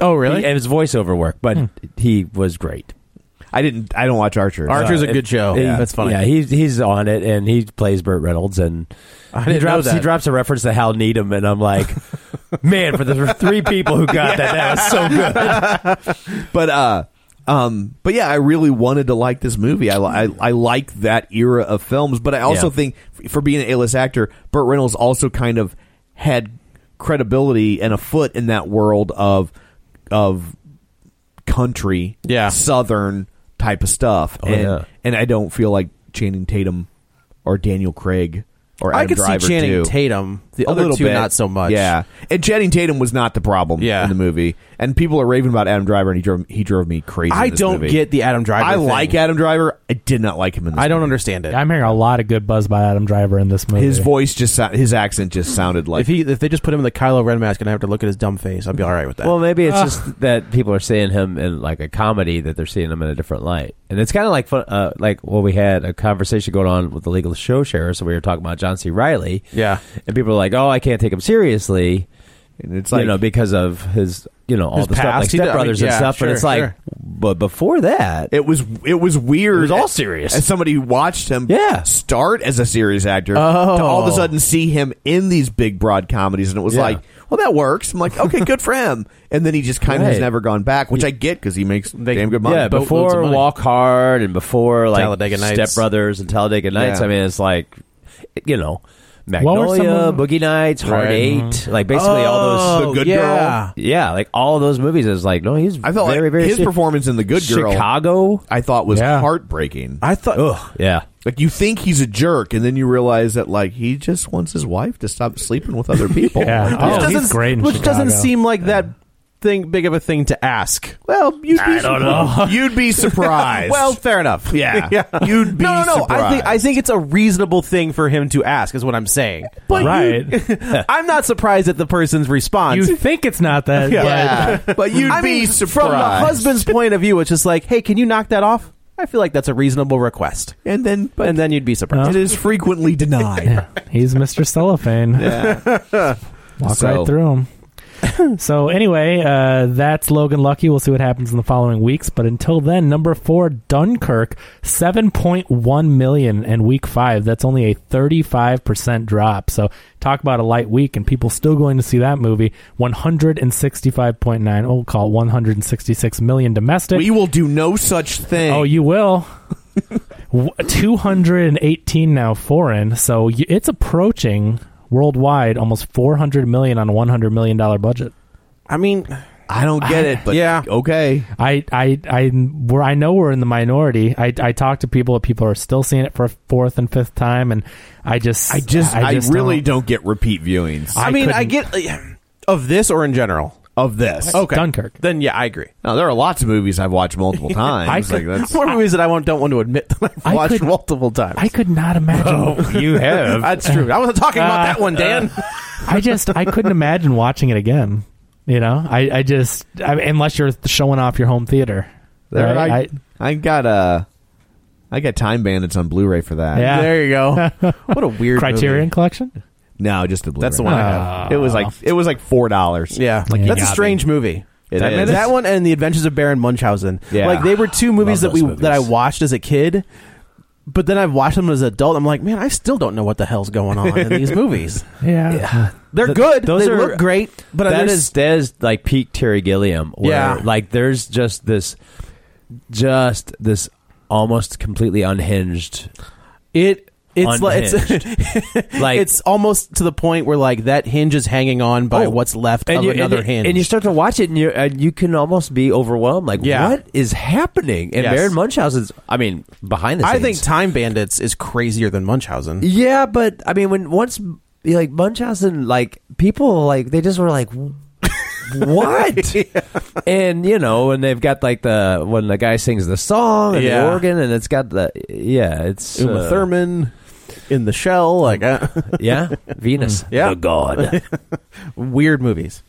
S2: Oh,
S4: He- and his voiceover work, but he was great.
S1: I didn't. I don't watch Archer.
S2: Archer's
S1: so-
S2: a good show.
S4: Yeah.
S2: That's funny.
S4: Uh, Yeah, he's he's on it, and he plays Burt Reynolds, and he
S2: didn't know
S4: drops he
S2: that.
S4: drops a reference to Hal Needham, and I'm like, [LAUGHS] man, for the three people who got that, that was so good.
S1: but uh um but yeah i really wanted to like this movie i li- i, I like that era of films but i also
S4: Yeah.
S1: think f- for being an a-list actor burt reynolds also kind of had credibility and a foot in that world of of country
S2: Yeah. Oh,
S1: southern type of stuff and,
S4: yeah.
S1: and i don't feel like channing tatum or daniel craig or Adam
S2: I could
S1: Driver
S2: see Channing
S1: do.
S2: Tatum. The
S1: A
S2: other
S1: little
S2: two,
S1: bit.
S2: not so much.
S1: Yeah, and Channing Tatum was not the problem
S2: Yeah.
S1: in the movie. And people are raving about Adam Driver, and he drove he drove me crazy. in
S2: I
S1: this
S2: don't
S1: movie.
S2: get the Adam Driver.
S1: I
S2: thing.
S1: like Adam Driver. I did not like him in this.
S2: I don't
S1: movie.
S2: understand it.
S3: oh. I'm hearing a lot of good buzz about Adam Driver in this movie.
S1: His voice just sou- his accent just sounded like
S2: if he if they just put him in the Kylo Ren mask and I have to look at his dumb face, I'd be all right with that.
S4: Well, maybe it's just that people are seeing him in like a comedy that they're seeing him in a different light, and it's kind of like fun, uh, like well, we had a conversation going on with the legal show share, so we were talking about John C. Riley,
S2: yeah,
S4: and people are like, oh, I can't take him seriously,
S1: And it's like
S4: you know, because of his you know all
S2: His
S4: the stuff
S2: past,
S4: like
S2: he did-
S4: Step
S2: I
S4: Brothers
S2: mean,
S4: and
S2: yeah,
S4: stuff,
S2: sure,
S4: but it's like,
S2: sure.
S4: but before that,
S1: it was it was weird. It
S4: was all serious.
S1: As somebody who watched him,
S4: Yeah.
S1: start as a serious actor
S2: Oh.
S1: to all of a sudden see him in these big broad comedies, and it was like, well, that works. I'm like, okay, good for him. And then he just kind of has
S4: Right.
S1: never gone back, which I get because he makes damn good money.
S4: yeah,
S2: boatloads of
S4: before
S2: money.
S4: Walk Hard and before like
S2: Talladega Nights.
S4: Step Brothers and Talladega Nights.
S1: Yeah.
S4: I mean, it's like you know,
S3: were some
S4: Magnolia,
S3: of-
S4: Boogie Nights, Hard
S2: Right.
S4: Eight, like basically all
S1: The
S4: those.
S1: Mm-hmm. Oh, Good
S2: Oh, yeah.
S4: yeah, like all those movies is like no, he's
S1: I felt
S4: very
S1: like
S4: very
S1: his
S4: ser-
S1: performance in The Good Girl,
S4: Chicago.
S1: I thought was
S3: Yeah.
S1: heartbreaking.
S2: I thought.
S4: Yeah,
S1: Like you think he's a jerk, and then you realize that like he just wants his wife to stop sleeping with other
S2: [LAUGHS]
S1: people.
S3: Yeah.
S1: Like,
S3: Oh,
S1: this
S3: he's
S1: doesn't-
S3: great in
S2: which doesn't
S3: Chicago.
S2: seem like that thing big of a thing to ask.
S1: well, you'd be
S2: I don't
S1: surprised.
S2: know. [LAUGHS]
S1: You'd be surprised.
S2: well, fair [LAUGHS] enough.
S1: yeah. you'd be
S2: no, no, no. I think
S1: surprised.
S2: I think it's a reasonable thing for him to ask. Is what I'm saying. But
S3: right.
S2: [LAUGHS] I'm not surprised at the person's response.
S3: you think it's not that.
S1: yeah, [LAUGHS] but you'd
S2: I
S1: be
S2: mean,
S1: surprised
S2: from the husband's point of view, it's just like, hey, can you knock that off? I feel like that's a reasonable request,
S1: and then but
S2: and then you'd be surprised.
S1: it is frequently
S2: [LAUGHS]
S1: denied.
S3: but He's Mr. Cellophane. [LAUGHS] Walk
S1: So-
S3: right through him. so anyway, uh, that's Logan Lucky. We'll see what happens in the following weeks. But until then, number four, Dunkirk, seven point one million in week five. That's only a thirty-five percent drop. So talk about a light week, and people still going to see that movie. One hundred and sixty-five point nine. oh, We'll call it one hundred and sixty-six million domestic.
S1: we will do no such thing.
S3: Oh, you will. W- 218 now foreign, so y- it's approaching worldwide almost 400 million on a 100 million dollar budget.
S2: I mean,
S1: I don't get it. But
S2: Yeah.
S1: okay.
S3: I I I we're, I know we're in the minority. I I talk to people, people are still seeing it for a fourth and fifth time, and I just
S1: I just I,
S3: just
S1: really don't. get repeat viewings
S2: I,
S3: I
S2: mean, I
S3: couldn't-
S2: get uh, of this or in general.
S1: of this.
S3: Dunkirk.
S2: Then yeah, I agree.
S1: Now there are lots of movies I've watched
S2: [LAUGHS]
S1: multiple times.
S3: could-
S1: like that's
S2: More movies that I won't, don't want to admit that I've
S3: I
S2: watched
S3: could-
S2: multiple times.
S3: I could not imagine.
S1: Oh.
S4: you [LAUGHS] have.
S2: That's true. I wasn't talking about
S3: Uh,
S2: that one, Dan.
S3: I just I couldn't imagine watching it again. You know, I I just I, unless you're showing off your home theater.
S1: There,
S3: right?
S1: I, I got uh, I got Time Bandits on Blu-ray for that.
S3: [LAUGHS] Yeah.
S2: There you go. What a weird
S3: Criterion Collection.
S1: No, just the Blu-ray.
S2: That's the one I
S3: Uh,
S4: Ah.
S2: have.
S1: It was like it was like four dollars.
S2: movie. Yeah,
S3: Like you
S2: that's a
S3: got
S2: strange movie.
S1: It
S2: that,
S1: is.
S2: that one and the Adventures of Baron Munchausen.
S1: Yeah.
S2: like they were two movies that
S4: Love
S2: we
S4: those movies.
S2: that I watched as a kid, but then I've watched them as an adult. I'm like, man, I still don't know what the hell's going on in
S4: [LAUGHS]
S2: these movies.
S3: Yeah.
S2: They're
S4: Th-
S2: good.
S4: those
S2: they
S4: are-
S2: look great, but
S4: that
S2: there's-
S4: is that is like peak Terry Gilliam. Where,
S2: Yeah.
S4: like there's just this, just this almost completely unhinged.
S2: it. It's like
S4: Unhinged.
S2: it's,
S4: Like
S2: [LAUGHS] it's almost to the point where like that hinge is hanging on by
S4: Oh.
S2: what's left
S4: and
S2: of
S4: you,
S2: another
S4: and, you-
S2: hinge.
S4: and you start to watch it, and you and you can almost be overwhelmed. Like,
S2: Yeah.
S4: what is happening? And
S2: Yes.
S4: Baron Munchausen's, I mean, behind the scenes.
S2: I think Time Bandits is crazier than Munchausen. [LAUGHS]
S4: yeah, but I mean, when once like Munchausen, like people, like they just were like. [LAUGHS]
S2: [LAUGHS]
S4: what? And you know, and they've got like the when the guy sings the song and
S2: Yeah.
S4: the organ, and it's got the yeah, it's
S2: Uma
S4: uh,
S2: Thurman in the shell, like uh,
S4: yeah, Venus,
S2: Yeah.
S4: the god.
S2: [LAUGHS] weird movies.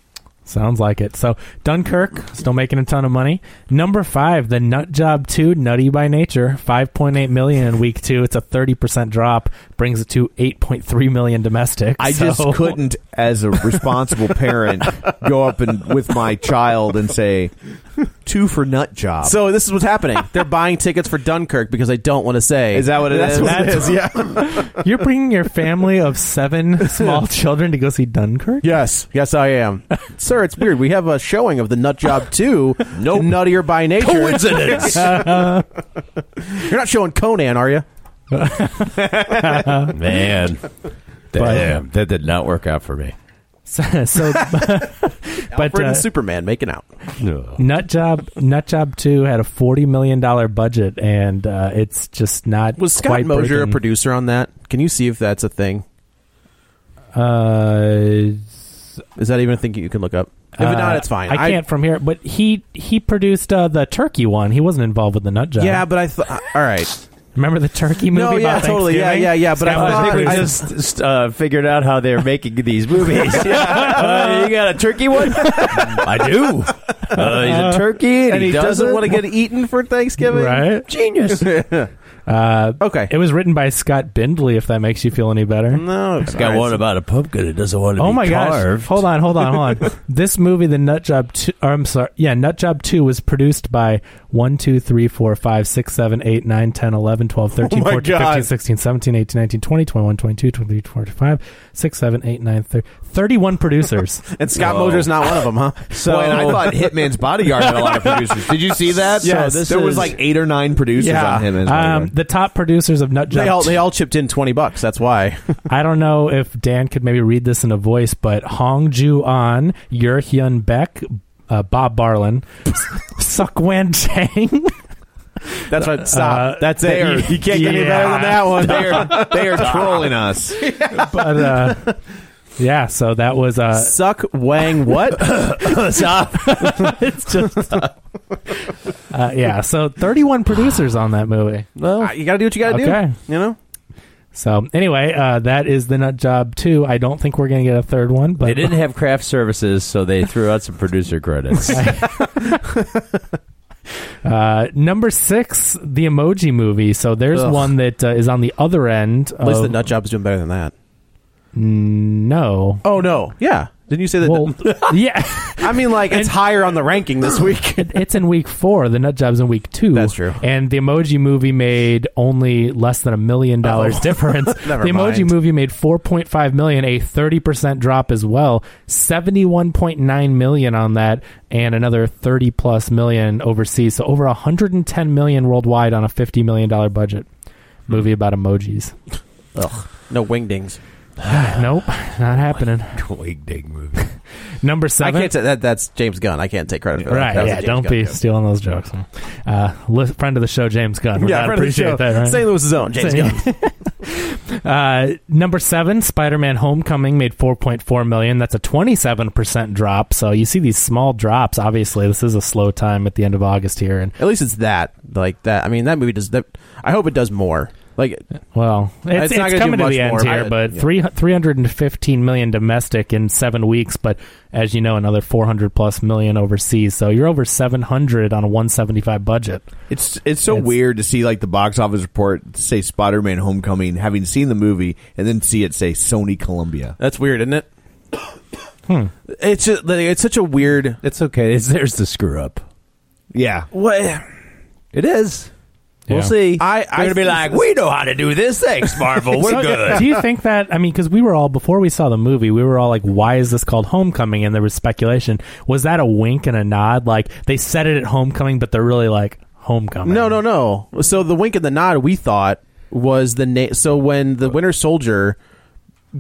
S3: Sounds like it. So Dunkirk still making a ton of money. Number five, the Nut Job Two, Nutty by Nature, five point eight million in week two. It's a thirty percent drop, brings it to eight point three million domestic.
S1: I
S3: So-
S1: just
S3: [LAUGHS]
S1: couldn't, as a responsible parent, go up and with my child and say two for nut job.
S2: So this is what's [LAUGHS] happening. They're buying tickets for Dunkirk because they don't want to say.
S1: is that what it
S2: That's
S1: is?
S2: what it is. Yeah.
S3: You're bringing your family of
S2: [LAUGHS]
S3: seven small children to go see Dunkirk.
S2: Yes, yes, I am, [LAUGHS] sir. It's weird. We have a showing of the Nut [LAUGHS] Job Two.
S1: Nope.
S2: nuttier by nature. [LAUGHS] Coincidence. You're not showing Conan, are you?
S4: Man, damn, that did not work out for me.
S3: So,
S2: [LAUGHS]
S3: so [LAUGHS] but
S2: Alfred
S3: uh,
S2: and Superman making out.
S3: Nut Job Nut Job Two had a forty million dollar budget, and uh, it's just not
S2: Was Scott
S3: quite
S2: Mosier a
S3: breaking-
S2: producer on that? Can you see if that's a thing?
S3: Uh,
S2: Is that even a thing you can look up? If
S3: Uh,
S2: not, it's fine.
S3: I can't from here. But he he produced uh, the turkey one. He wasn't involved with the nut job.
S2: yeah, but I thought. All right.
S3: remember the turkey movie?
S2: No, yeah,
S3: about
S2: totally. Yeah,
S3: Thanksgiving?
S2: yeah, yeah, but I
S3: Scott
S2: thought-
S3: Mosier
S2: I
S3: produced-
S4: just just, uh, figured out how they're making these movies. Uh, you got a turkey one? I do. Uh, he's a turkey, and,
S2: And he doesn't, want to get eaten for Thanksgiving. Uh,
S3: right.
S2: [LAUGHS]
S4: genius.
S2: Okay.
S3: It was written by Scott Bindley. If that makes you feel any better.
S2: no.
S4: It's got one about a pumpkin. It doesn't want to
S3: Oh
S4: be
S3: my
S4: carved.
S3: gosh! Hold on, hold on, hold
S2: [LAUGHS]
S3: on. this movie, The Nut Job Two. Or I'm sorry. Yeah, Nut Job Two was produced by one, two, three, four, five, six, seven, eight, nine, 10, 11, 12, 13,
S2: [LAUGHS] Oh my
S3: 14, 15,
S2: God.
S3: 16, 17, 18, 19, 20, 21, 22, 23, 25, 6, 7, 8, 9, 30, 31 producers.
S2: [LAUGHS] And Scott Mosier's not one of them, huh?
S1: [LAUGHS] So and I thought Hitman's Bodyguard had a lot of producers. Did you see that?
S2: Yes,
S1: so
S2: this
S1: there was
S2: is-
S1: like eight or nine producers
S2: Yeah.
S1: on Hitman's Bodyguard.
S3: Um, the top producers of Nut Job
S2: They all they all chipped in twenty bucks. That's [LAUGHS] why.
S3: I don't know if Dan could maybe read this in a voice, but Hong Ju An, Yer Hyun Beck, uh, Bob Barlin, [LAUGHS] Suk Wan Chang. [LAUGHS]
S2: That's what. Stop.
S3: Uh,
S2: That's
S3: they
S2: it.
S3: are-
S2: you, you can't get any
S3: yeah.
S2: better than that one.
S1: they are they
S2: [LAUGHS]
S1: are trolling us.
S3: but uh, yeah, so that was
S2: [LAUGHS]
S3: uh,
S2: Suck Wang [LAUGHS] what? Stop.
S3: it's just [LAUGHS] uh, yeah. So thirty-one producers on that movie.
S2: Uh, you gotta do what you gotta
S3: Okay.
S2: do. You know?
S3: So anyway, uh, that is the Nut Job two. I don't think we're gonna get a third one, but
S4: They didn't have craft services, so they threw out some producer credits.
S3: Uh, number six, the Emoji Movie. So there's
S2: Ugh.
S3: one that uh, is on the other end.
S2: At least
S3: of-
S2: the nut job's doing better than that. [LAUGHS]
S3: No.
S2: Oh no. Yeah. Didn't you say that?
S3: Well, yeah,
S2: I mean, like it's higher on the ranking this
S4: [LAUGHS]
S2: week.
S3: it, it's in week four. The nut job's in week two.
S2: That's true.
S3: And the Emoji Movie made only less than a million dollars
S2: [LAUGHS] Oh.
S3: difference.
S2: Never
S3: the Emoji
S2: mind.
S3: Movie made four point five million, a thirty percent drop as well. Seventy one point nine million on that, and another thirty plus million overseas. So over hundred and ten million worldwide on a fifty million dollar budget. Movie about emojis.
S2: No wingdings.
S3: nope, not [LAUGHS] happening.
S4: Wig dig movie.
S3: [LAUGHS] Number
S2: I
S3: seven.
S2: can't say that. That's James Gunn. I can't take credit for that.
S3: Right,
S2: That was a
S3: yeah.
S2: James
S3: Don't
S2: Gunn
S3: be
S4: [LAUGHS]
S2: joke.
S3: stealing those jokes. Uh, li- friend of the show, James Gunn. We gotta
S2: Yeah, friend of
S3: appreciate
S2: the show.
S3: that, right?
S2: St. Louis's own James
S3: Say-
S2: Gunn.
S3: Uh, number seven, Spider-Man: Homecoming made 4.4 million. That's a 27 percent drop. So you see these small drops. Obviously, this is a slow time at the end of August here, and
S2: At least it's that. Like that. I mean, that movie does. That, I hope it does more. Like
S3: well, it's,
S2: It's not
S3: it's
S2: gonna do
S3: coming to
S2: much
S3: the end
S2: more.
S3: here.
S2: I-
S3: but
S2: yeah.
S3: three 315 million domestic in seven weeks. But as you know, another 400 plus million overseas. So you're over 700 on a 175 budget.
S1: It's it's so
S3: It's-
S1: weird to see like the box office report say Spider-Man: Homecoming, having seen the movie, and then see it say Sony Columbia.
S2: that's weird, isn't it? It's just, like, it's such a weird.
S4: Hmm. It's okay. It's, there's the screw up.
S1: Yeah,
S2: What?
S4: It is.
S3: Yeah.
S4: We'll see.
S2: I-
S4: They're
S2: I
S4: gonna be
S2: think
S4: like,
S2: this
S4: we know how to do this. Thanks,
S2: [LAUGHS]
S4: Marvel. We're good.
S3: Do you think that? I mean, because we were all before we saw the movie, we were all like, "Why is this called Homecoming?" And there was speculation. Was that a wink and a nod? Like they said it at Homecoming, but they're really like Homecoming.
S2: No, no, no. So the wink and the nod we thought was the name. So when the Winter Soldier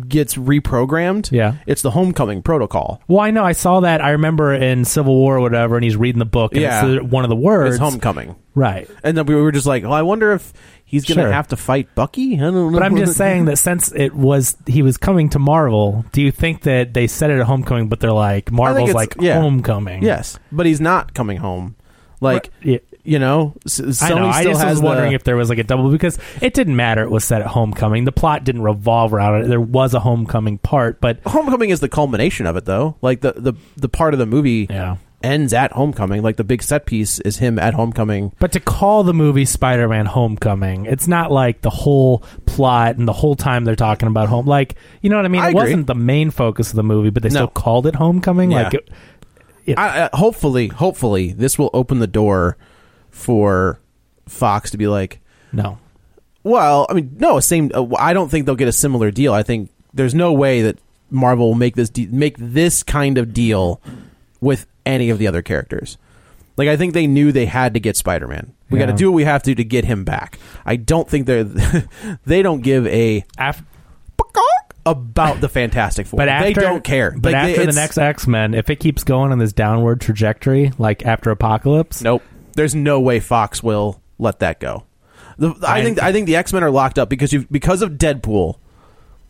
S2: gets reprogrammed,
S3: Yeah.
S2: it's the Homecoming Protocol.
S3: Well, I know I saw that. I remember in Civil War or whatever, and he's reading the book. And
S2: Yeah.
S3: it's the- one of the words.
S2: It's Homecoming,
S3: right?
S2: and then we were just like, "Well, I wonder if he's going to
S3: Sure.
S2: have to fight Bucky." I don't know.
S3: But I'm just saying
S2: [LAUGHS]
S3: that since it was he was coming to Marvel, do you think that they said it at Homecoming, but they're like Marvel's
S2: it's-
S3: like
S2: yeah.
S3: Homecoming?
S2: Yes, but he's not coming home. Like
S3: Yeah.
S2: You know, S- Sony
S3: I know. I
S2: still
S3: just
S2: has
S3: was wondering
S2: the,
S3: if there was like a double because it didn't matter. It was set at homecoming. The plot didn't revolve around it. There was a homecoming part, but
S2: Homecoming is the culmination of it, though. Like the the the part of the movie
S3: Yeah.
S2: ends at Homecoming. Like the big set piece is him at Homecoming.
S3: But to call the movie Spider Man Homecoming, it's not like the whole plot and the whole time they're talking about home. Like, you know what I mean?
S2: I
S3: it
S2: agree.
S3: wasn't the main focus of the movie, but they
S2: No.
S3: still called it Homecoming.
S2: Yeah.
S3: Like, it,
S2: I, I, hopefully, hopefully, this will open the door for Fox to be like,
S3: no.
S2: Well, I mean, no, same. Uh, I don't think they'll get a similar deal. I think there's no way that Marvel will make this de- make this kind of deal with any of the other characters. Like, I think they knew they had to get Spider Man. We got
S3: Yeah.
S2: to do what we have to to get him back. I don't think they're [LAUGHS] they don't give a
S3: Af-
S2: about the Fantastic Four.
S3: but after,
S2: they don't care.
S3: But
S2: Like, they-
S3: after the
S2: it's-
S3: next X Men, if it keeps going on this downward trajectory, like after Apocalypse,
S2: Nope. There's no way Fox will let that go. The, I
S3: I-
S2: think I think the X Men are locked up because you because of Deadpool,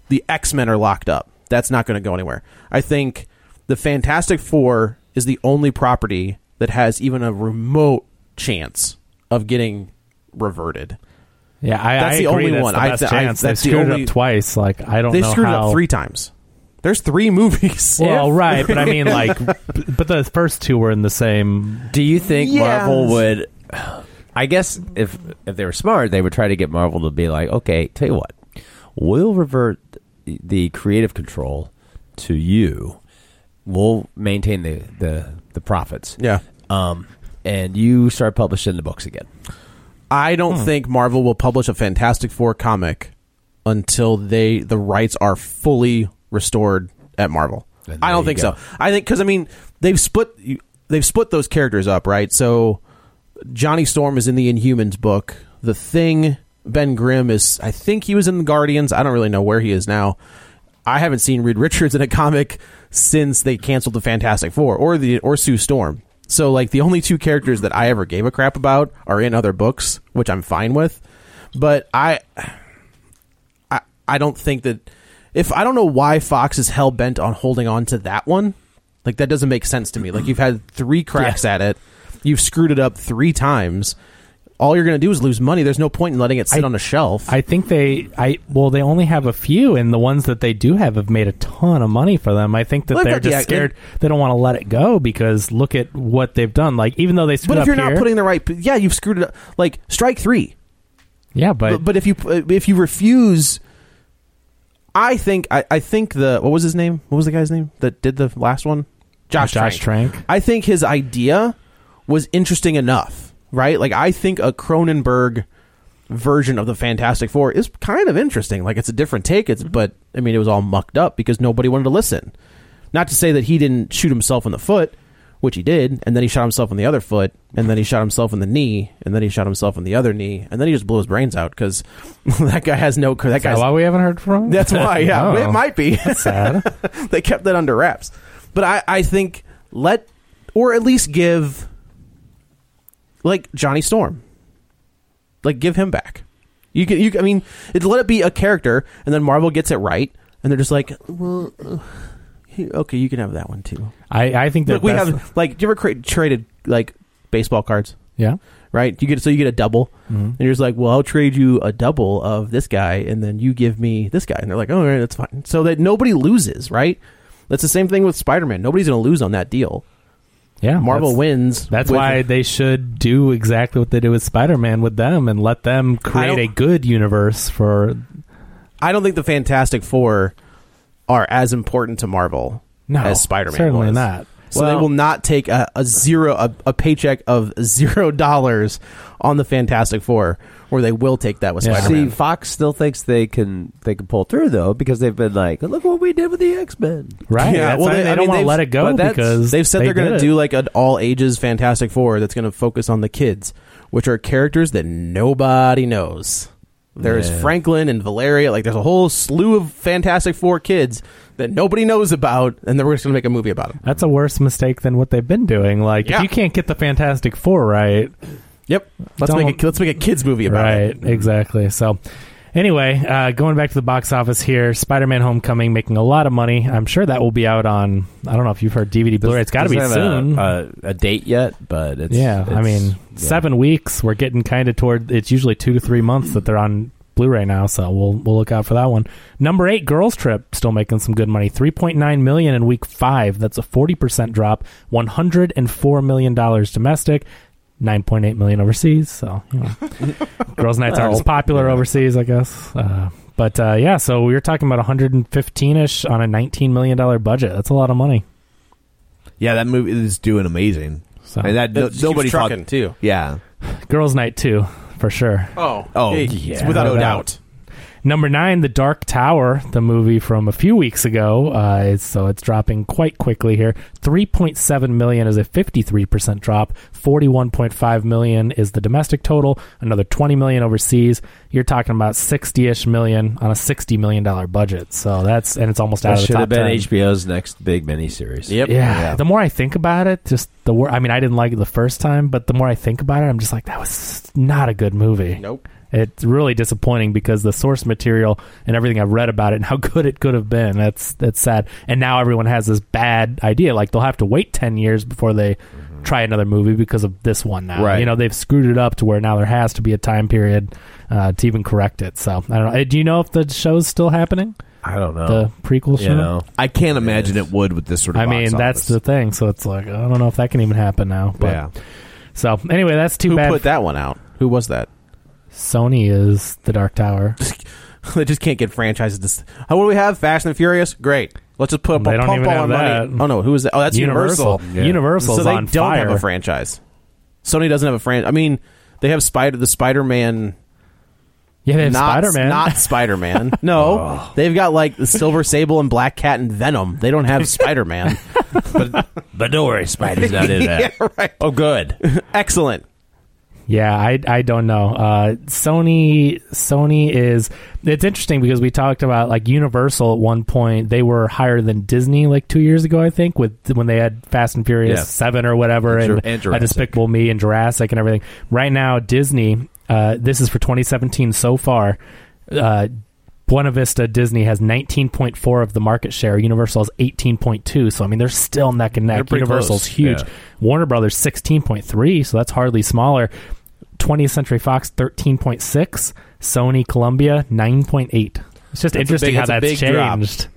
S2: the X Men are locked up. That's not going to go anywhere. I think the Fantastic Four is the only property that has even a remote chance of getting reverted.
S3: yeah, I,
S2: That's
S3: I
S2: the
S3: agree
S2: only
S3: that's
S2: one.
S3: The
S2: I-
S3: best
S2: I-
S3: chance.
S2: that's the
S3: they screwed
S2: only-
S3: it up twice. Like, I don't
S2: They
S3: know
S2: screwed it
S3: how-
S2: up three times. There's three [LAUGHS] movies.
S3: Well,
S2: Yeah.
S3: right, but I
S2: [LAUGHS]
S3: mean, like, b- but the first two were in the same
S4: Do you think
S2: Yes.
S4: Marvel would? I guess if if they were smart, they would try to get Marvel to be like, okay, tell you what, we'll revert the creative control to you. We'll maintain the the, the profits.
S2: Yeah.
S4: Um, and you start publishing the books again.
S2: I
S4: Hmm.
S2: don't think Marvel will publish a Fantastic Four comic until they the rights are fully restored at Marvel.
S4: And
S2: I don't
S4: there
S2: think
S4: you
S2: so.
S4: go.
S2: I think because I mean they've split you- they've split those characters up, right? So Johnny Storm is in the Inhumans book. The Thing, Ben Grimm is I think he was in the Guardians. I don't really know where he is now. I haven't seen Reed Richards in a [LAUGHS] comic since they canceled the Fantastic Four or the or Sue Storm. So like the only two characters that I ever gave a crap about are in other books, which I'm fine with. But I I I don't think that if I don't know why Fox is hell bent on holding on to that one. Like that doesn't make sense to me. Like you've had three cracks at it. You've screwed it up three times. All you're going to do is lose money. There's no point in letting it sit
S3: I-
S2: on a shelf.
S3: I think they I well they only have a few and the ones that they do have have made a ton of money for them. I think that
S2: Well, they've
S3: they're
S2: got the
S3: just
S2: act-
S3: scared they don't want to let it go because look at what they've done. Like even though they screwed
S2: but if
S3: up
S2: you're
S3: here,
S2: not putting the right, yeah, you've screwed it up. Like strike three.
S3: yeah, but,
S2: but, but if you if you refuse i think I, I think the what was his name what was the guy's name that did the last one josh
S3: Josh
S2: trank.
S3: Trank.
S2: i think his idea was interesting enough right like i think a cronenberg version of the fantastic four is kind of interesting like it's a different take it's but i mean it was all mucked up because nobody wanted to listen not to say that he didn't shoot himself in the foot which he did and then he shot himself in the other foot and then he shot himself in the knee and then he shot himself in the other knee and then he just blew his brains out because [LAUGHS] that guy has no that
S3: is that
S2: guy's
S3: why we haven't heard from him?
S2: [LAUGHS] that's why yeah
S3: [LAUGHS] Oh.
S2: it might be [LAUGHS]
S3: sad.
S2: they kept that under wraps but i i think let or at least give like johnny storm like give him back you can you can- i mean it, let it be a character and then marvel gets it right and they're just like well uh, he- okay you can have that one too
S3: I, I think that
S2: Look, we have like do you ever cra- traded like baseball cards,
S3: yeah.
S2: right? You get so you get a double,
S3: Mm-hmm.
S2: and you're just like, well, I'll trade you a double of this guy, and then you give me this guy, and they're like, oh, all right, that's fine. So that nobody loses, right? That's the same thing with Spider Man. Nobody's going to lose on that deal.
S3: Yeah.
S2: Marvel
S3: that's-
S2: wins.
S3: That's
S2: with-
S3: why they should do exactly what they did with Spider Man with them and let them create
S2: don't-
S3: a good universe for
S2: I don't think the Fantastic Four are as important to Marvel
S3: no
S2: as Spider Man.
S3: Certainly
S2: was.
S3: not.
S2: So they
S3: Well-
S2: will not take a, a zero a, a paycheck of [LAUGHS] zero dollars on the Fantastic Four, where they will take that with
S3: Yeah.
S2: Spider Man.
S4: See, Fox still thinks they can they can pull through though because they've been like, look what we did with the X Men.
S3: Right.
S2: Yeah,
S3: that's
S2: well,
S3: why
S2: they-
S3: they,
S2: I
S3: don't
S2: mean,
S3: want to
S2: they've-
S3: let it go
S4: but that's-
S3: because
S2: They've said they are
S3: did
S2: going to
S3: it.
S2: do like an all ages Fantastic Four that's going to focus on the kids, which are characters that nobody knows. There's Franklin and Valeria. Like, there's a whole slew of Fantastic Four kids that nobody knows about, and then we're just going to make a movie about them.
S3: That's a worse mistake than what they've been doing. Like,
S2: Yeah.
S3: if you can't get the Fantastic Four right,
S2: Yep. Let's
S3: Don't-
S2: make a, let's make a kids movie about
S3: right,
S2: it. Mm-hmm.
S3: exactly. So, Anyway, uh, going back to the box office here, Spider-Man: Homecoming making a lot of money. I'm sure that will be out on. I don't know if you've heard DVD Blu-ray. It's got to be
S2: uh,
S4: Doesn't have
S3: soon.
S4: A, a, a date yet, but it's
S3: yeah, I
S4: it's-
S3: mean,
S4: yeah.
S3: seven weeks. We're getting kind of toward. It's usually two to three months that they're on Blu-ray now, so we'll we'll look out for that one. Number eight, Girls Trip, still making some good money. Three point nine million in week five. That's a forty percent drop. One hundred and four million dollars domestic. 9.8 million overseas so you know girls nights aren't as popular overseas i guess uh, but uh, yeah so we were talking about 115ish on a 19 million dollar budget that's a lot of money
S1: Yeah, that movie is doing amazing.
S3: so
S1: And that, no,
S2: It just
S1: nobody
S2: keeps
S1: thought.
S2: trucking, too.
S1: Yeah,
S3: girls night too for sure
S2: Oh,
S1: Oh,
S2: It-
S1: yeah.
S2: without
S3: No
S2: a
S3: doubt.
S2: doubt.
S3: Number nine, The Dark Tower, the movie from a few weeks ago. Uh, it's, so it's dropping quite quickly here. Three point seven million is a fifty-three percent drop. Forty-one point five million is the domestic total. Another twenty million overseas. You're talking about sixty-ish million on a sixty million dollar budget. So that's and it's almost out
S4: That
S3: of the
S4: should
S3: top
S4: have been
S3: 10.
S4: HBO's next big miniseries.
S2: Yep.
S3: Yeah. The more I think about it, just the wor- I mean, I didn't like it the first time, but the more I think about it, I'm just like, that was not a good movie.
S2: Nope.
S3: It's really disappointing because the source material and everything I've read about it and how [LAUGHS] good it could have been. That's that's sad. And now everyone has this bad idea. Like they'll have to wait ten years before they try another movie because of this one now.
S1: Right.
S3: You know, they've screwed it up to where now there has to be a time period uh, to even correct it. So I don't know. Uh, Do you know if the show's still happening?
S4: I don't know.
S3: The prequel show?
S4: you know,
S1: I can't imagine it would with this sort of.
S3: I mean,
S1: box
S3: that's
S1: office.
S3: the thing. So it's like I don't know if that can even happen now. But
S1: yeah.
S3: so anyway, that's too
S2: Who
S3: bad.
S2: put that one out? Who was that?
S3: Sony is the Dark Tower.
S2: they just [LAUGHS] can't get franchises. To, s- oh, what do we have? Fast and Furious. Great. Let's just put up
S3: They
S2: a
S3: don't
S2: pump all
S3: even have
S2: our money.
S3: that.
S2: Oh no, who is that? Oh, that's Universal.
S3: Universal. Universal's
S2: so they
S3: on
S2: don't
S3: fire.
S2: have a franchise. Sony doesn't have a franchise. I mean, they have Spider the Spider Man.
S3: yeah, they have Oh.
S2: Not
S3: Spider Man.
S2: Not
S3: [LAUGHS]
S2: Spider Man. No, they've got like the Silver Sable and Black Cat and Venom. They don't have
S3: [LAUGHS]
S2: Spider Man.
S4: but don't worry, Spider's
S2: [LAUGHS]
S4: not in that. Oh, good.
S2: Excellent.
S3: yeah, I I don't know. Uh, Sony Sony is it's interesting because we talked about like Universal at one point. They were higher than Disney like two years ago, I think, with when they had Fast and Furious
S4: Yes.
S3: Seven or whatever,
S4: And Jur-
S3: and,
S4: and
S3: a
S4: Jurassic.
S3: Despicable Me and Jurassic and everything. Right now, Disney. Uh, this is for 2017 so far. Uh, Buena Vista Disney has 19.4 of the market share. Universal has 18.2. So I mean, they're still neck and
S4: They're
S3: neck.
S4: pretty
S3: Universal's
S4: close,
S3: huge.
S4: yeah.
S3: Warner Brothers 16.3. So that's hardly smaller. 20th Century Fox 13.6. Sony Columbia 9.8. It's just interesting
S2: big-
S3: how
S2: that's a
S3: that's
S2: big drop.
S3: changed.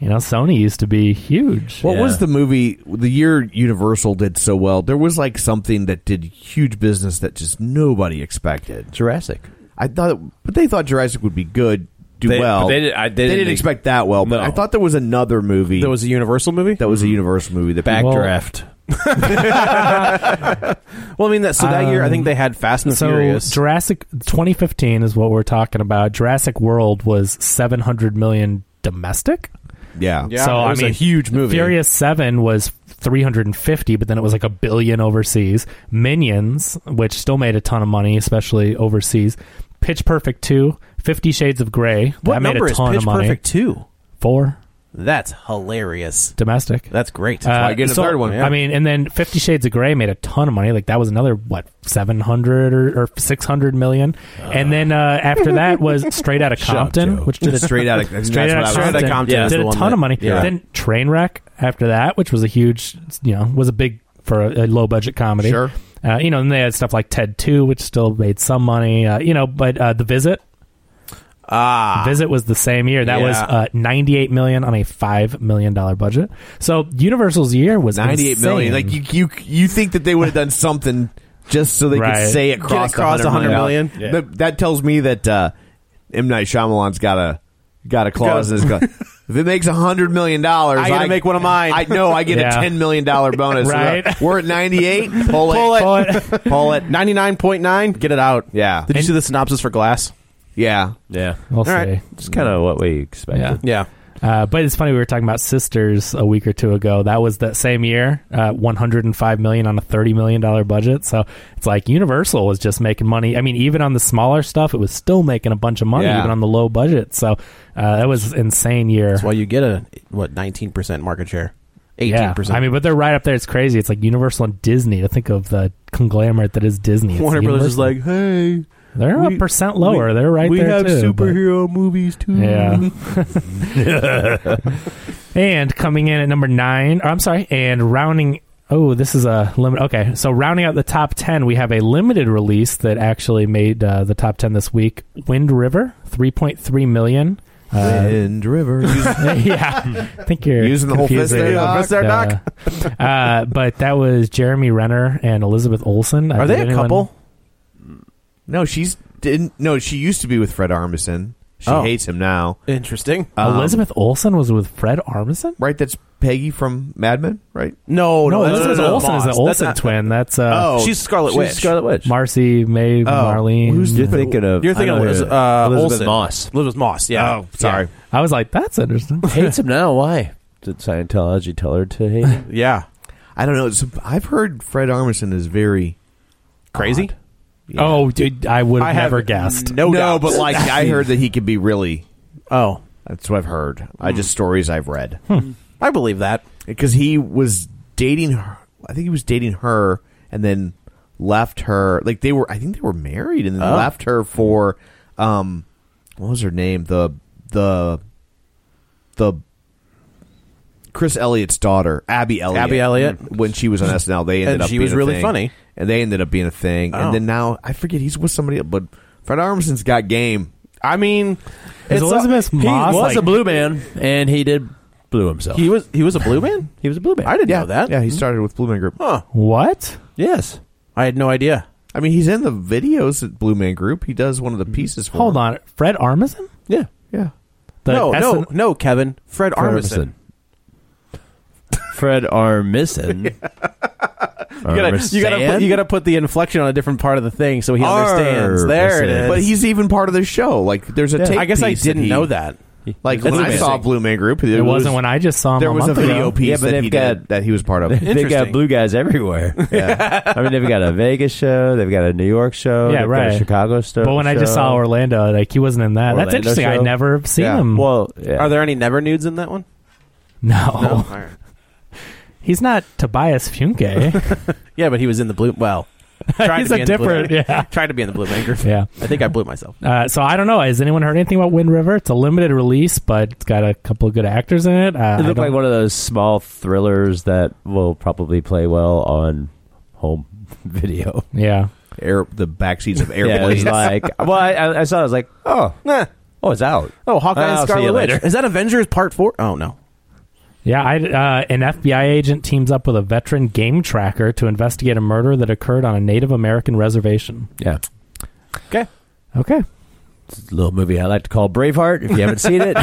S3: You know, Sony used to be huge.
S1: What
S4: Yeah.
S1: was the movie the year Universal did so well? There was like something that did huge business that just nobody expected.
S4: Jurassic.
S1: I thought, but they thought Jurassic would be good, do
S4: They-
S1: well.
S4: but they did- I- they didn't-
S1: expect that well. But
S4: No.
S1: I thought there was another movie
S2: There was a Universal movie.
S1: that was
S3: Mm-hmm.
S1: a Universal movie that
S3: Well,
S4: Backdraft.
S2: Well, [LAUGHS] I mean that. So that year, I think they had Fast and
S3: so
S2: Furious.
S3: Jurassic 2015 is what we're talking about. Jurassic World was 700 million domestic.
S1: yeah.
S2: Yeah,
S3: so
S2: it
S3: I
S2: was a
S3: mean,
S2: huge movie.
S3: Furious Seven was 350, but then it was like a billion overseas. Minions, which still made a ton of money, especially overseas. Pitch Perfect 2, 50 Shades of Grey.
S2: what
S3: that made
S2: number
S3: a ton
S2: is Pitch
S3: of money.
S2: Perfect two?
S3: Four
S2: That's hilarious.
S3: domestic.
S2: That's great.
S3: Uh,
S2: Why get a
S3: so,
S2: third one?
S3: I mean, and then Fifty Shades of Grey made a ton of money. Like that was another what seven hundred or, or six hundred million. and then uh, after that
S2: [LAUGHS]
S3: was Straight Outta Compton, which did a,
S1: Straight Outta- that's
S3: [LAUGHS] Straight
S1: what I
S3: Outta
S1: was-
S3: Compton,
S2: Straight Outta Compton is
S3: did
S2: the
S3: a
S2: one
S3: ton
S2: that-
S3: of money.
S2: yeah.
S3: Then Trainwreck after that, which was a huge, you know, was a big for a, a low budget comedy.
S1: Sure.
S3: Uh, you know, and they had stuff like Ted Two, which still made some money. Uh, you know, but uh, The Visit.
S2: ah,
S3: Visit was the same year. That was
S2: Yeah.
S3: uh, 98 million on a 5 million dollar budget. So Universal's year was
S1: Ninety-eight million. Like you, you, you think that they would
S2: [LAUGHS]
S1: have done something just so they
S3: Right.
S1: could say it
S2: Get
S1: crossed
S2: across
S1: a hundred
S2: 100
S1: million?
S2: million.
S1: That, that tells me that uh, M Night Shyamalan's got a got a clause in his co-
S2: [LAUGHS]
S1: If it makes a hundred million dollars,
S2: I gotta make one of mine.
S1: I know I get
S3: Yeah.
S1: a ten million
S2: [LAUGHS]
S1: dollar bonus.
S3: Right.
S1: We're at ninety-eight. Pull it.
S2: Pull it.
S3: Pull it.
S1: Pull it.
S2: Ninety-nine point nine. Get it out.
S1: Yeah.
S2: Did you see the synopsis for Glass?
S1: Yeah.
S4: Yeah.
S3: We'll
S2: All right.
S3: see.
S4: It's kind of what we expected.
S3: Yeah.
S2: Yeah.
S3: Uh, but it's funny we were talking about Sisters a week or two ago. That was that same year, uh, 105 million on a 30 million dollar budget. So it's like Universal was just making money. I mean, even on the smaller stuff, it was still making a bunch of money,
S1: Yeah.
S3: even on the low budget. So uh, that was insane year.
S2: That's why you get a what nineteen percent market share, eighteen
S3: Yeah,
S2: percent.
S3: I mean, but they're right up there. It's crazy. It's like Universal and Disney. To think of the conglomerate that is Disney. It's
S2: Warner Brothers is
S3: Universal.
S2: like, hey,
S3: They're a percent lower. They're right
S2: we
S3: there
S2: have
S3: too, but-
S2: superhero movies too. [LAUGHS]
S3: Yeah. [LAUGHS] and coming in at number nine, or I'm sorry, and rounding. Oh, this is a limit. Okay, so rounding out the top ten, we have a limited release that actually made uh, the top ten this week. Wind River, three point three million. [LAUGHS] Uh,
S1: Wind River.
S2: [LAUGHS]
S3: yeah, I think you're
S1: Using the whole fist
S3: confusing
S1: there,
S3: it.
S1: Doc. Fist there, Doc.
S3: Uh, uh, but that was Jeremy Renner and Elizabeth Olsen.
S2: Are they a couple?
S1: no, she's didn't. No, she used to be with Fred Armisen. She
S2: Oh.
S1: hates him now.
S2: Interesting. Uh,
S1: Um,
S3: Elizabeth Olsen was with Fred Armisen.
S1: right? That's Peggy from Mad Men, right?
S2: No, no,
S3: No,
S2: that's-
S3: Elizabeth
S2: that's
S3: Olsen is the
S2: boss.
S3: Olsen
S2: That's not-
S3: twin. That's uh,
S1: Oh,
S2: She's Scarlet
S1: she's
S2: Witch.
S1: Scarlet Witch.
S3: Marcy, Mae, Marlene.
S4: You're thinking of
S2: You're thinking
S4: I
S2: of
S4: know
S2: Liz,
S4: who-
S2: uh,
S4: Elizabeth
S2: Olsen.
S4: Moss.
S2: Elizabeth Moss. Yeah.
S1: Oh, sorry.
S3: I was like, that's interesting.
S4: Hates him now. Why did Scientology tell her to
S2: [LAUGHS]
S4: hate him?
S2: Yeah.
S1: I don't know. It's, I've heard Fred Armisen is very
S2: Crazy.
S3: Oh, dude, I would
S2: I
S3: have
S2: have
S3: never guessed.
S2: No, doubt.
S1: but like I heard that he could be really.
S2: [LAUGHS] Oh,
S1: That's what I've heard. I just stories I've read
S2: I believe that.
S1: because he was dating her. I think he was dating her and then left her. Like they were. I think they were married and then
S2: Oh.
S1: left her for um, what was her name? The the the. Chris Elliott's daughter, Abby Elliott.
S2: Abby Elliott.
S1: when she was on SNL, they ended
S2: And
S1: up
S2: she
S1: being
S2: was
S1: a
S2: really
S1: thing.
S2: funny.
S1: and they ended up being a thing.
S2: Oh.
S1: And then now I forget he's with somebody, but Fred Armisen's got game.
S2: I mean,
S3: Is Elizabeth
S2: he
S3: Moss,
S2: was
S3: like-
S2: a blue man.
S4: and he did blew himself.
S2: He was he was a blue man.
S4: He was a blue man.
S2: I didn't
S1: yeah,
S2: know that.
S1: Yeah, he started with Blue Man Group.
S2: Huh.
S3: What?
S2: Yes. I had no idea.
S1: I mean, he's in the videos at Blue Man Group. He does one of the pieces. For
S3: Hold
S1: them.
S3: on. Fred Armisen?
S2: Yeah.
S1: Yeah.
S3: The
S2: no, no,
S3: SN
S2: no, Kevin. Fred, Armisen. [LAUGHS]
S4: Fred Armisen.
S2: You gotta, you gotta, put, you gotta put the inflection on a different part of the thing so he understands. There it
S4: Armisen.
S2: is.
S1: But he's even part of the show. Like, there's a tape.
S2: I guess I
S1: piece
S2: didn't
S1: he-
S2: know that.
S1: Like,
S2: That's
S1: when I
S2: amazing.
S1: saw Blue Man Group,
S3: It wasn't when I just saw him.
S1: There was a
S3: month
S1: video
S3: ago.
S1: piece
S4: Yeah, but
S1: that,
S4: they've
S1: he
S4: got-
S1: did, that he was part of.
S4: They've got
S2: Interesting.
S4: blue
S2: [LAUGHS]
S4: guys everywhere. I mean, they've got a Vegas show, they've got a New York show,
S3: Yeah,
S4: they've got
S3: right.
S4: a Chicago show.
S3: But when I just saw
S4: show.
S3: Orlando, like he wasn't in that. That's
S4: Orlando
S3: interesting.
S4: show?
S3: I never have seen
S1: Yeah.
S3: him.
S4: well, yeah.
S2: hmm. Are there any never nudes in that one?
S3: [LAUGHS] no. [LAUGHS]
S2: All right.
S3: he's not Tobias Funke.
S2: Yeah, but he was in the blue. Well,
S3: [LAUGHS]
S2: tried
S3: he's
S2: to be
S3: a
S2: in the blue
S3: different.
S2: man.
S3: Yeah.
S2: Tried to be in the blue man group.
S3: [LAUGHS] Yeah.
S2: I think I blew myself.
S3: Uh, so I don't know. Has anyone heard anything about Wind River? It's a limited release, but it's got a couple of good actors in it. Uh,
S4: It
S3: I
S4: looked
S3: don't-
S4: like one of those small thrillers that will probably play well on home [LAUGHS] video.
S3: yeah.
S1: Air, the backseats of
S4: Yeah,
S1: airplanes.
S4: it's like, well, I, I I saw it. I was like, oh,
S2: Nah.
S4: oh, it's out.
S2: Oh, Hawkeye
S4: I'll
S2: and
S4: see you
S2: Scarlet Witch.
S4: later.
S2: Is that Avengers Part Four? Oh no.
S3: Yeah, I, uh, an FBI agent teams up with a veteran game tracker to investigate a murder that occurred on a Native American reservation.
S4: Yeah.
S2: Okay.
S3: Okay.
S4: It's a little movie I like to call Braveheart. If you haven't seen
S2: [LAUGHS]
S4: it,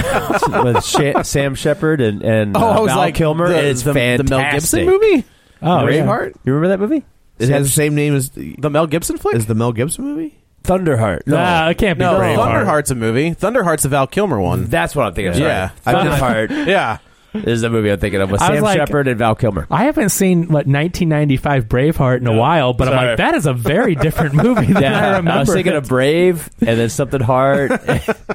S4: with Sha- Sam Shepard and and
S2: Oh,
S4: uh,
S2: I was
S4: Val
S2: like
S4: Kilmer,
S2: the,
S4: it's
S2: the, the
S4: fantastic.
S2: Mel Gibson movie.
S3: Oh, yeah.
S1: Braveheart?
S4: You remember that movie?
S1: It has the same name as the,
S2: The Mel Gibson flick.
S1: as the Mel Gibson movie?
S4: Thunderheart. No,
S3: Nah, Uh, it can't be
S2: no,
S3: Braveheart.
S2: Thunderheart's a movie. Thunderheart's a Val Kilmer one.
S4: that's what I'm thinking. of.
S2: Yeah.
S4: sorry.
S2: I've not-
S4: Thunderheart
S2: Yeah.
S4: is the movie I'm thinking of with
S3: I was
S4: Sam
S3: like-
S4: Shepard and Val
S3: [LAUGHS]
S4: Kilmer.
S3: I haven't seen what 1995 Braveheart in a while, but I'm
S4: Sorry.
S3: like, that is a very different movie
S4: [LAUGHS]
S3: than I remember.
S4: was thinking of Brave and then
S3: [LAUGHS]
S4: something hard. [LAUGHS]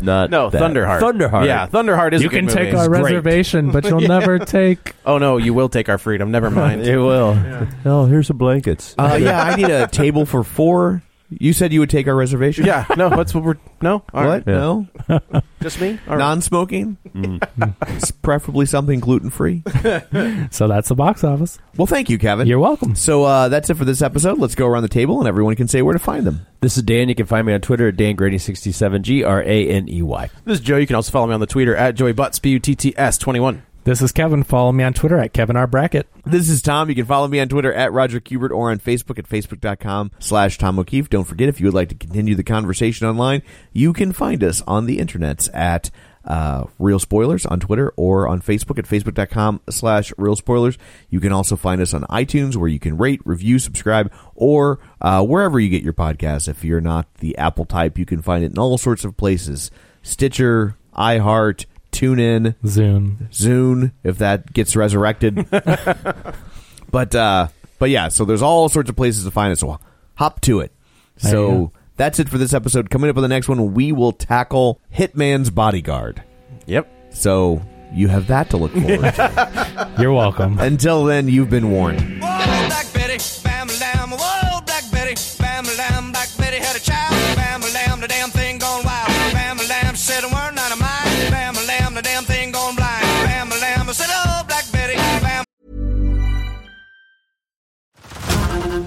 S4: Not
S2: No,
S4: that.
S2: Thunderheart.
S4: Thunderheart.
S2: Yeah, Thunderheart is.
S3: you
S2: a good
S3: can take
S2: movie.
S3: our
S2: It's great.
S3: reservation, but you'll never
S2: [LAUGHS]
S3: take.
S2: Oh no, you will take our
S3: [LAUGHS]
S2: freedom. Never mind.
S4: It will. Oh, here's some blankets.
S1: Uh, yeah, I need a table for four. You said you would take our reservation?
S2: [LAUGHS] yeah. No, that's what we're. No.
S1: What?
S2: All right.
S4: Yeah.
S1: No?
S2: Just me. All right.
S1: Non-smoking? S- Preferably something gluten-free?
S3: So that's the box office.
S1: Well, thank you, Kevin.
S3: You're welcome.
S1: So uh, that's it for this episode. Let's go around the table and everyone can say where to find them.
S4: This is Dan. You can find me on Twitter at DanGrady67, G R A N E Y.
S2: This is Joe. You can also follow me on the Twitter at Joey Butts, B U T T S 21.
S3: This is Kevin. Follow me on Twitter at Kevin R. Brackett.
S1: This is Tom. You can follow me on Twitter at Roger Kubert or on Facebook at facebook.com slash Tom O'Keefe. Don't forget, if you would like to continue the conversation online, you can find us on the internets at uh, Real Spoilers on Twitter or on Facebook at facebook.com slash Real Spoilers. You can also find us on iTunes where you can rate, review, subscribe, or uh, wherever you get your podcasts. If you're not the Apple type, you can find it in all sorts of places. Stitcher, iHeart, TuneIn,
S3: Zoom.
S1: Zune if that gets
S3: [LAUGHS]
S1: resurrected. but uh but yeah, so there's all sorts of places to find it. So hop to it.
S3: There you
S1: So
S3: go.
S1: that's it for this episode. Coming up on the next one, we will tackle Hitman's Bodyguard.
S2: Yep.
S1: So you have that
S3: [LAUGHS]
S1: to look forward to.
S3: You're welcome.
S1: Until then, you've been warned.
S5: Whoa, Black Betty, bam, lamb. Whoa, Black Betty, bam, lamb. Black Betty had a child.